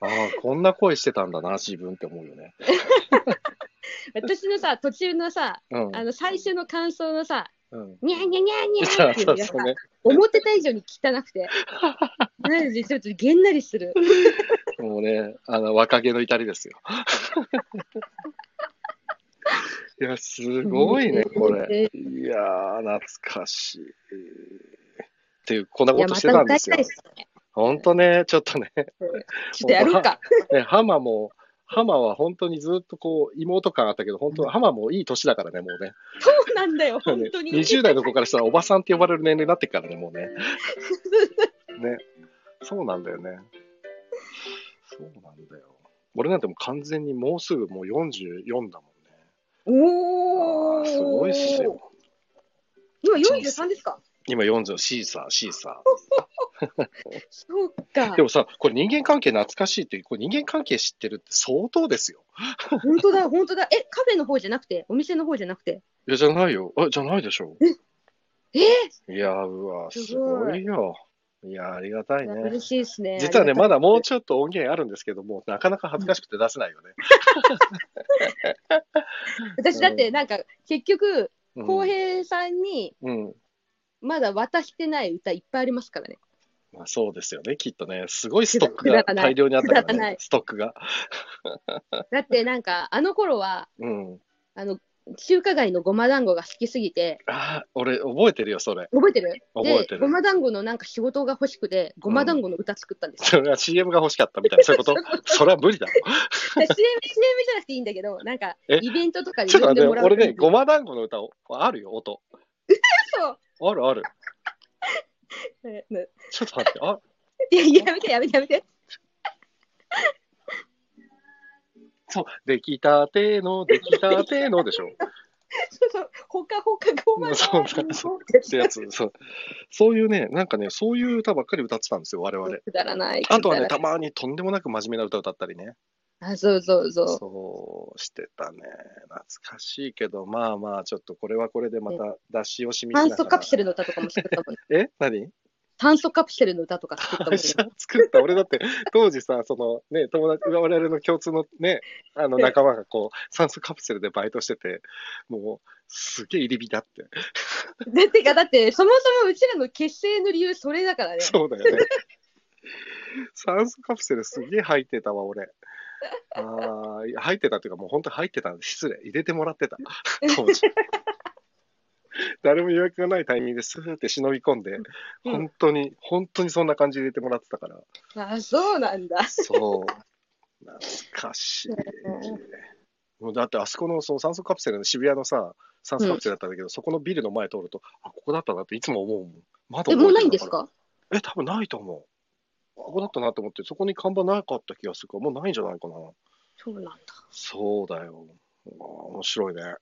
A: ああ、こんな声してたんだな、自分って思うよね。
B: 私 のさ、途中のさ、
A: うん。
B: あの最初の感想のさ、
A: うん。
B: にゃんにゃんにゃんに
A: そ
B: ゃん
A: う
B: っていう
A: そうそ
B: のがさ
A: う、ね。
B: 思ってた以上に汚 くて、なのでちょっとげんなりする。
A: もうね、あの、若気の至りですよ。 いや、すごいね、これ。いやー、懐かしい。っていう、こんないこ
B: や、
A: と
B: ま
A: して
B: た
A: たん
B: 歌
A: で
B: い
A: すよ
B: たい。っすね。
A: ほんとね、ちょっとね、
B: ちょっとやろうか。
A: ねハマも、ハマは本当にずっとこう、妹感あったけど、本当、ハマもいい年だからね、もうね。
B: そうなんだよ、本当に。
A: 20代の子からしたらおばさんって呼ばれる年齢になってっからね、もうね。ね。そうなんだよね。そうなんだよ。俺なんてもう完全にもうすぐもう44だもんね。
B: お
A: あ
B: ー。
A: ーすごいっすよ。
B: 今43ですか
A: 今40、シーサー、シーサ
B: そうか
A: ー。で。もさ、これ人間関係懐かしいって、これ人間関係知ってるって相当ですよ。
B: 本当だ、本当だ。え、カフェの方じゃなくて、お店の方じゃなくて。
A: いや、じゃないよ。え、じゃないでしょ。
B: え
A: いやー、うわ、す
B: すごい
A: ごいよ。いやー、ありがたいね。
B: 嬉しいですね。
A: 実はね、
B: ありが
A: ま
B: た
A: だもうちょっと音源あるんですけども、なかなか恥ずかしくて出せないよね。
B: い私だって、なんか、結局、
A: うん
B: 浩平さんに、
A: うん。
B: まだ渡してない歌いっぱいありますからね。
A: まあ、そうですよね、きっとね。すごいストック
B: く
A: が
B: だらない
A: 大量にあったか
B: くだら
A: ら
B: ない
A: ね、ストックが。
B: だって、なんか、あの頃は、
A: うん。
B: あの、中華街のごま団子が好きすぎて、
A: ああ、俺、覚えてるよ、それ。
B: 覚えてる
A: 覚えて
B: で、
A: る
B: ごま団子のなんか仕事が欲しくて、ごま団子の歌作ったんです
A: そ
B: よ。
A: れは CM が欲しかったみたいな、そう いうことそれは無理だろ。
B: で CM, CM じゃなくていいんだけど、なんか
A: え、
B: イベントとかで
A: ちょっと
B: 呼ん
A: 待
B: で
A: っ
B: も
A: て、
B: らう。
A: 俺ね、ごま団子の歌を、あるよ、音。
B: そう
A: あるある。
B: えね
A: ちょっと待って、あ、
B: いや、やめて、やめて、やめて。
A: そう、できたての、できたてのでしょ。
B: そうそう、ほかほかごま
A: そう
B: 団子
A: そうってやつ、そう。そういうね、なんかね、そういう歌ばっかり歌ってたんですよ、我々。
B: くだらない。
A: あとはね、
B: くだ
A: た
B: ら
A: まにとんでもなく真面目な歌歌ったりね。
B: ないあ、そうそうそう。
A: そうしてたね。懐かしいけど、まあまあ、ちょっとこれはこれでまた出し惜しみし
B: 炭
A: な
B: 素
A: が
B: カ
A: ら
B: プ。セルの歌とかも作ったもん。
A: え何
B: 炭素カプセルの歌とか作ったもん。
A: 会社作った俺だ って当時さ、そのね、友達、我々の共通のね、あの仲間がこう、酸素カプセルでバイトしてて、もう、すげえ入り浸って。
B: でてか、だって、そもそもうちらの結成の理由、それだからね。
A: そうだよね。酸素カプセルすげえ入ってたわ、俺。あーいや入ってたっていうか、もう本当に入ってたんで、失礼。入れてもらってた。当時。誰も予約がないタイミングでスーって忍び込んで、
B: うん
A: 本当に、本当にそんな感じで入れてもらってたから。
B: あ、そうなんだ。
A: そう。懐かしい。もうだってあそこのその酸素カプセルの渋谷のさ、酸素カプセルだったんだけど、そこのビルの前通ると、あ、ここだったなっていつも思うもん。まだ覚え
B: え、
A: て
B: もう
A: る
B: ないんですか
A: え、多分ないと思う。ここだったなと思って、そこに看板なかった気がするから、もうないんじゃないかな。
B: そうなんだ。
A: そうだよ。あー面白いね。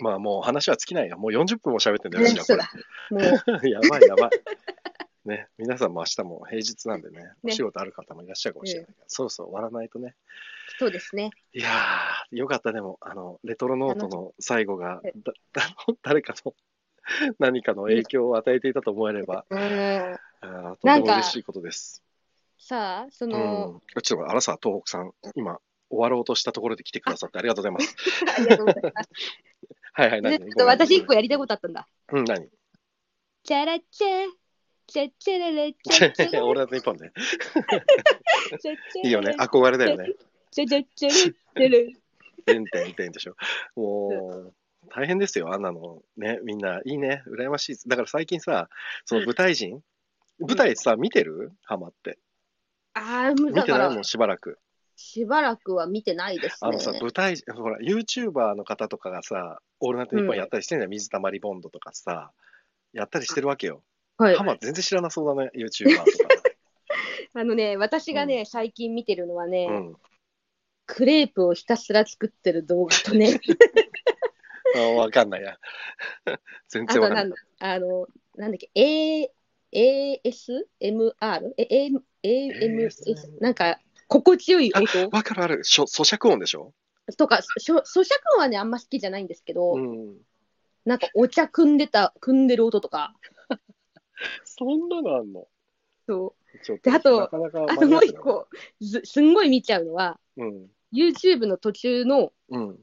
A: まあもう話は尽きないよ。もう40分も喋ってんだよ、
B: ね
A: うちら
B: そうだ。もう、
A: こ れ。やばいやばい。ね、皆さんも明日も平日なんでね、お
B: ね
A: 仕事ある方もいらっしゃるかもしれないから、そろそろ終わらないとね。
B: そうですね。
A: いやー、よかった、でも、あの、レトロノートの最後が
B: え、
A: だ あの誰かの、何かの影響を与えていたと思えれば、
B: うん。
A: あーと
B: な
A: て
B: ん
A: も
B: か
A: 嬉しいことです。
B: さあ、その、
A: うん、ちょっと、あらさ、東北さん、今、終わろうとしたところで来てくださってありがとうございます。
B: ありがとうございます。
A: はいはい、
B: で
A: 何
B: ちょっ
A: ご
B: と
A: めん
B: 私、一個やりたいことあったんだ。
A: うん、何
B: チャラチャ、チャチャララ、チャチャ ラ
A: 俺だって一本ね。
B: ラ、チャチャラ
A: いいよ ね、憧れだよね。
B: チャチャチャラチャラ。
A: てんてんてんでしょ。もう、大変ですよ、あんなの。ね、みんな、いいね、羨ましいです。だから最近さ、その舞台人、舞台さ、見てるハマって。
B: ああ、もう
A: 見
B: だ
A: て
B: か
A: ない
B: ら
A: もん、、しばらく。
B: しばらくは見てないです
A: あ
B: ね。
A: のさ、舞台人、ほら、YouTuber の方とかがさ、オールナイトニッポンやったりしてんじゃん、水溜りボンドとかさ、やったりしてるわけよ。
B: はい
A: ハ。マ全然知らなそうだね、YouTuber とか。
B: あのね、私がね、最近見てるのはね、
A: うん。
B: クレープをひたすら作ってる動画とね、
A: あわかんないや。 全然
B: あと
A: わ
B: な
A: かん
B: ん
A: ない。
B: あの、なんだっけ、A、ASMR? え、AM、AMS? なんか、心地よい音
A: わかるある。しょ咀嚼音でしょ
B: とか、しょ咀嚼音はね、あんま好きじゃないんですけど、
A: うん。
B: なんかお茶汲んでた、汲んでる音とか、
A: そんなのあんの
B: そ
A: ちょっ
B: であと
A: なかなか
B: う
A: マ
B: あ
A: ニアックだな
B: ともう一。個、ずすんごい見ちゃうのは、
A: うん。
B: YouTube の途中の
A: うん。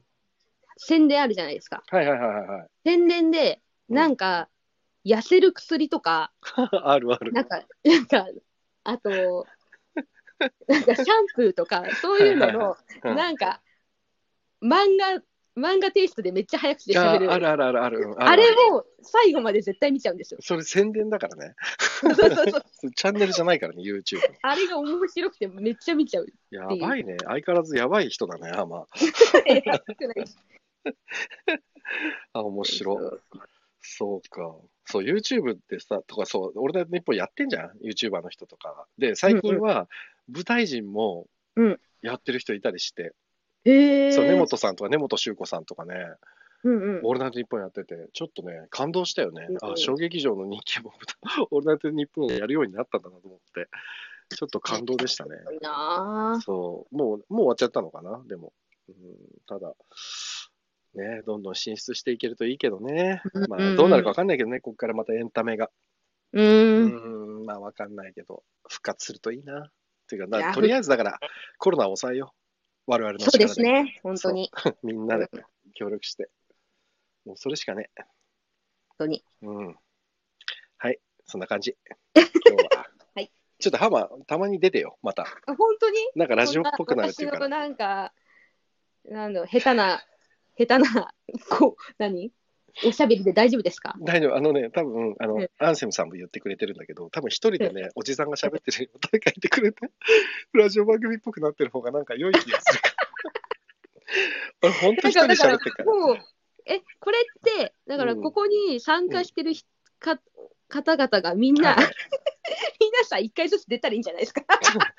B: 宣伝あるじゃないですか。
A: はいはいはいはいはい。
B: 宣伝で、なんか、痩せる薬とか、
A: あるある。
B: なんか、なんか、あと、なんかシャンプーとか、そういうのの、
A: うん
B: なんか、漫画、漫画テイストでめっちゃ早口で
A: あ
B: 喋
A: あ
B: る。
A: る
B: あ
A: あるあるある。うん
B: れ
A: ある
B: を最後まで絶対見ちゃうんですよ。
A: それ宣伝だからね。
B: そ うそうそう。
A: チャンネルじゃないからね、YouTube。
B: あれが面白くてめっちゃ見 ちゃう。
A: やばいね。相変わらずやばい人だね、あまあ。あ、面白い。そうか。そう、YouTube ってさ、とか、そう、俺だって日本やってんじゃん、YouTuber の人とか。で、最近は舞台人も
B: うん
A: やってる人いたりして、
B: へえ。
A: そう、根本さんとか根本修子さんとかね、
B: うんうん。
A: オールナイトニッポンやってて、ちょっとね、感動したよね。
B: う
A: あ、
B: ん
A: 小劇場の人気も、 オールナイトニッポンをやるようになったんだなと思って、ちょっと感動でしたね。
B: いいなあ
A: そう、もう、もう終わっちゃったのかな、でも。うん、ただ、ね、どんどん進出していけるといいけどね。ま
B: うんう
A: あ、
B: ん
A: どうなるかわかんないけどね、ここからまたエンタメが。
B: う
A: う
B: ーん。
A: ん、まあ、わかんないけど、復活するといいな。っていうか、
B: い
A: な
B: や
A: とりあえずだから、コロナを抑えよう。我々の
B: そう
A: 力で。
B: ですね。本当に。本
A: みんなで協力して。もうそれしかね。
B: 当に。
A: うん。はい、そんな感 じ。今日は。
B: はい
A: ちょっとハマ、たまに出てよ、また。
B: あ本当に
A: なんかラジオっぽくなるっていうから
B: そん。な私のなんか、なんだろう、下手な、 下手な、こう、何おしゃべりで大丈夫ですか
A: 大丈夫、あのね、多分あの、
B: うん
A: アンセムさんも言ってくれてるんだけど、多分一人でね、おじさんが喋ってるよ、 誰かいてくれて、ラジオ番組っぽくなってる方がなんか良い気がするから。 俺、本当
B: だ
A: 一人
B: から、だか
A: 喋
B: ら
A: ってるから。
B: もう、え、これって、だから、
A: うん
B: ここに参加してるひ、か方々がみんな、
A: はい
B: 皆さん一回ずつ出たらいいんじゃないですか。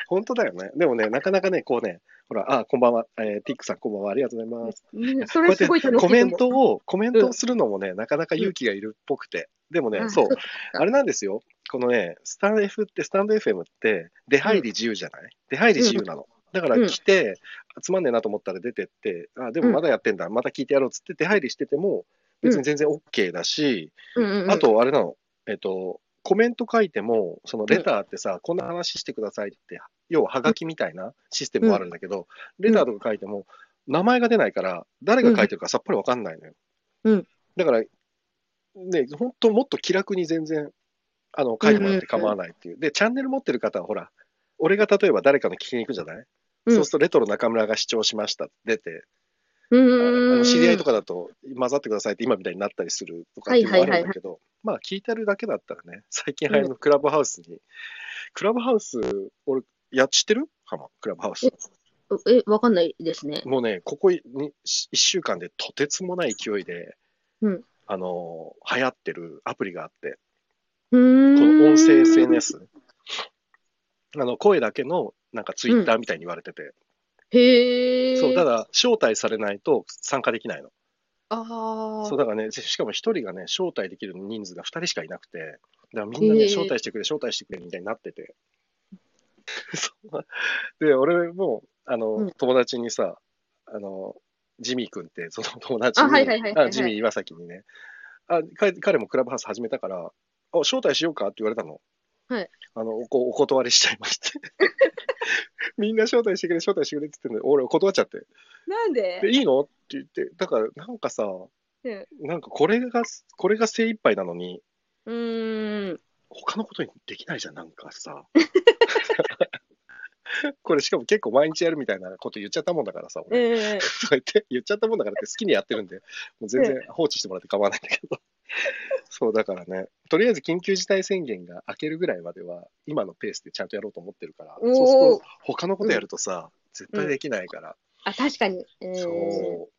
A: 本当だよね。でもね、なかなかね、こうね、ほら、あ、こんばんは、えーティックさん、こんばんは、ありがとうございます。
B: うん
A: こ
B: そ
A: うや
B: れ
A: って
B: すごい楽しいと
A: コ
B: 思
A: メ
B: う
A: ントを、コメントをするのもね、なかなか勇気がいるっぽくて。でもね、
B: あ
A: そう
B: そっ、
A: あれなんですよ。このね、スタン F って、スタンド FM って、出入り自由じゃない出入り自由なの。だから
B: うん
A: 来て、つまんねえなと思ったら出てって、あ、でもまだやってんだ、また聞いてやろうっつって出入りしてても、別に全然 OK だし、
B: うんうんうん
A: あ、とあれなの、えっと、コメント書いても、そのレターってさ、こんな話してくださいって、要はハガキみたいなシステムもあるんだけど、
B: ん
A: レターとか書いても、名前が出ないから、誰が書いてるかさっぱりわかんないのよ。
B: うん
A: だから、ね、本当もっと気楽に全然、あの、書いてもらって構わないっていう。で、チャンネル持ってる方はほら、俺が例えば誰かの聞きに行くじゃない、
B: うん
A: そうすると、レトロ中村が視聴しましたって出て、あ
B: うー
A: の
B: ん。
A: 知り合いと
B: か。
A: かだと混ざってくださいって今みたいになったりするとかっていうのもあるんだけど、まあ聞いてるだけだったらね、最近流行りのクラブハウスに、クラブハウス、俺、や、知ってるハマ、クラブハウス。
B: え、わかんないですね。
A: もうね、ここに1週間でとてつもない勢いで、
B: うん
A: あの、流行ってるアプリがあって、
B: うーん。
A: この音声 SNS。あの、声だけの、なんかツイッターみたいに言われてて、
B: へえ。
A: そう、た。だ、招待されないと参加できないの。
B: あ
A: そう
B: あ。
A: だからね、しかも一人がね、招待できる人数が二人しかいなくて、だからみんなね、
B: へえ
A: 招待してくれ、招待してくれみたいになってて。 そうで、俺も、あの、
B: うん
A: 友達にさ、あの、ジミー君って、その友達
B: あはいはいはい
A: に、
B: はい
A: あジミー岩崎にね、あ彼彼もクラブハウス始めたから、あ招待しようかって言われたの。
B: はい。
A: あのおこお断りしちゃいまして。 みんな招待してくれ、招待してくれって言ってるのに、俺断っちゃって。
B: なんで
A: で、いいのって言って、だから、なんかさ、
B: うん
A: なんかこれが、これが精一杯なのに、
B: うーん。
A: 他のことにできないじゃん、なんか さ。これしかも結構毎日やるみたいなこと言っちゃったもんだからさ、俺。
B: ええ。
A: そうやって言っちゃったもんだからって好きにやってるんで、もう全然放置してもらって構わないんだけど。 そう、だからね、とりあえず緊急事態宣言が明けるぐらいまでは、今のペースでちゃんとやろうと思ってるから、
B: おー
A: そうすると、他のことやるとさ、絶対できないから、
B: あ、確かに。え ー
A: そう。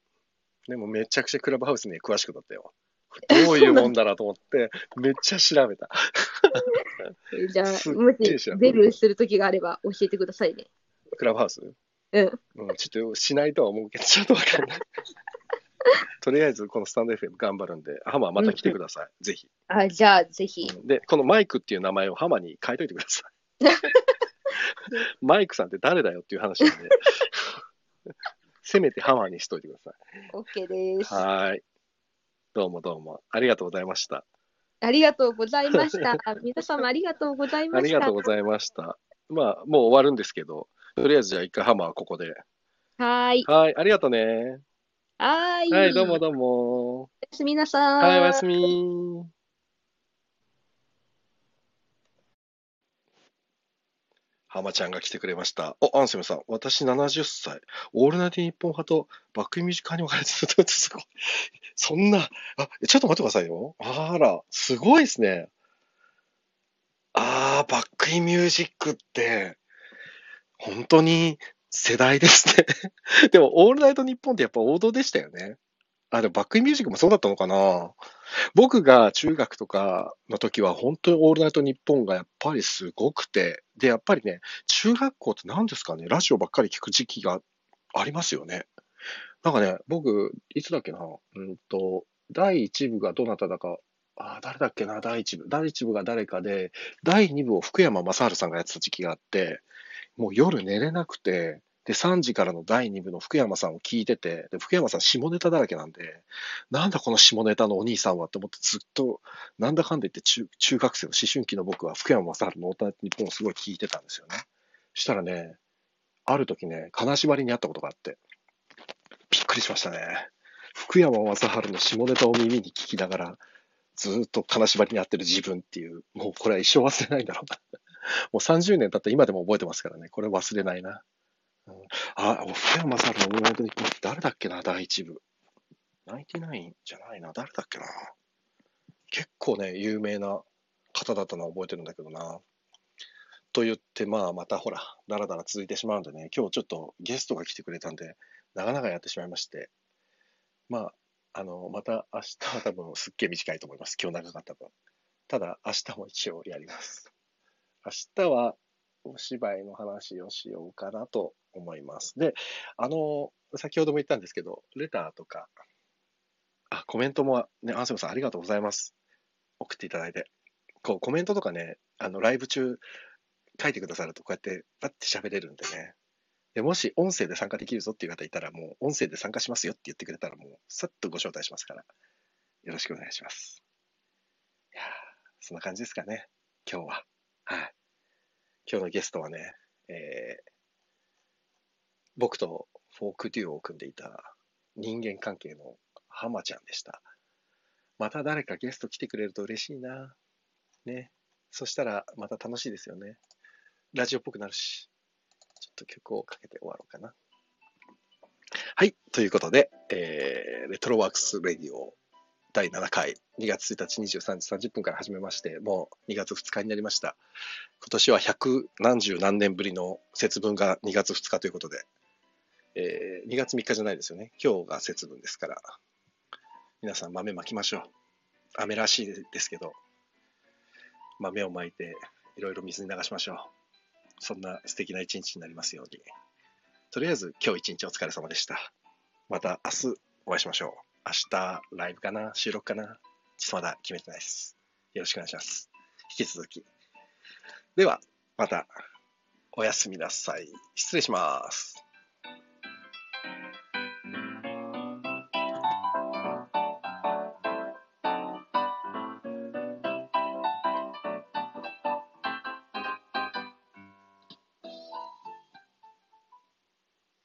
A: でもめちゃくちゃクラブハウスに詳しくなったよ。どういうもんだなと思って、めっちゃ調べた。
B: えじゃあ、も
A: すっげえ
B: し
A: 知らん
B: デビューする時があれば教えてくださいね。
A: クラブハウス
B: うん。
A: うん、ちょっとしないとは思うけど、ちょっとわか んない。とりあえず、このスタンド FM 頑張るんで、ハマまた来てください、ぜひ。
B: あじゃあ、ぜひ。
A: うんで、このマイクっていう名前をハマに変えといてください。マイクさんって誰だよっていう話なんで、せめてハマにしといてくださ
B: OK です。
A: い。はーい。どうもどうも、ありがとうございました。
B: ありがとうございました。皆様ありがとうござい
A: あ
B: ま
A: り
B: した。
A: がとうございました。まあ、もう終わるんですけど、とりあえずじゃあ一回ハマはここで。
B: はーい。
A: はい、ありがとうね。
B: はーい。
A: はい、どう
B: お
A: も
B: や
A: どうも。
B: すみなさー
A: はい、おやすみ。ハマちゃんが来てくれました。お、アンセムさん、私70歳。オールナイトニッポン派とバックミュージカルに分かれてずっと、すごい。 そんな、あ、ちょっと待ってくださいよ。あら、すごいですね。あー、バックミュージックって、本当に世代ですね。 でも、オールナイトニッポンってやっぱ王道でしたよね。あ、でもバックミュージックもそうだったのかな。僕が中学とかの時は本当にオールナイトニッポンがやっぱりすごくて、で、やっぱりね、中学校って何ですかね、ラジオばっかり聞く時期がありますよね。なんかね、僕、いつだっけな、うんと、第1部がどなただか、あ、誰だっけな、第1部。第1部が誰かで、第2部を福山雅治さんがやってた時期があって、もう夜寝れなくて、で、3時からの第2部の福山さんを聞いてて、で、福山さん下ネタだらけなんで、なんだこの下ネタのお兄さんはって思ってずっと、なんだかんだ言って中中学生の思春期の僕は福山雅治のオールナイトニッポンをすごい聞いてたんですよね。そしたらね、ある時ね、金縛りにあったことがあって、びっくりしましたね。福山雅治の下ネタを耳に聞きながら、ずっと金縛りにあってる自分っていう、もうこれは一生忘れないんだろうな。もう30年経った今でも覚えてますからね、これ忘れないな。うんあ、福山雅治のオールナイトニッポンって誰だっけな、第一部。ナインティナインじゃないな、誰だっけな。結構ね、有名な方だったのは覚えてるんだけどな。と言って、まあ、またほら、だらだら続いてしまうんでね、今日ちょっとゲストが来てくれたんで、長々やってしまいまして、まあ、あの、また明日は多分すっげえ短いと思います。今日長かった分。ただ、明日も一応やります。明日はお芝居の話をしようかなと思います。で、あの、先ほども言ったんですけど、レターとか、あ、コメントも、ね、アンセムさんありがとうございます。送っていただいて。こう、コメントとかね、あの、ライブ中、書いてくださると、こうやって、パッて喋れるんでね。で、もし、音声で参加できるぞっていう方いたら、もう、音声で参加しますよって言ってくれたら、もう、さっとご招待しますから、よろしくお願いします。いやーそんな感じですかね、今日は。はい。今日のゲストはね、えー僕とフォークデュオを組んでいた人間関係のハマちゃんでした。また誰かゲスト来てくれると嬉しいな。ね。そしたらまた楽しいですよね。ラジオっぽくなるし。ちょっと曲をかけて終わろうかな。はい。ということで、えーレトロワークスレディオ第7回2月1日23時30分から始めまして、もう2月2日になりました。今年は百何十何年ぶりの節分が2月2日ということで、えー2月3日じゃないですよね。今日が節分ですから、皆さん豆まきましょう。雨らしいですけど、豆をまいていろいろ水に流しましょう。そんな素敵な一日になりますように。とりあえず今日一日お疲れ様でした。また明日お会いしましょう。明日ライブかな収録かなちょっとまだ決めてないです。よろしくお願いします。引き続き。では、またおやすみなさい。失礼します。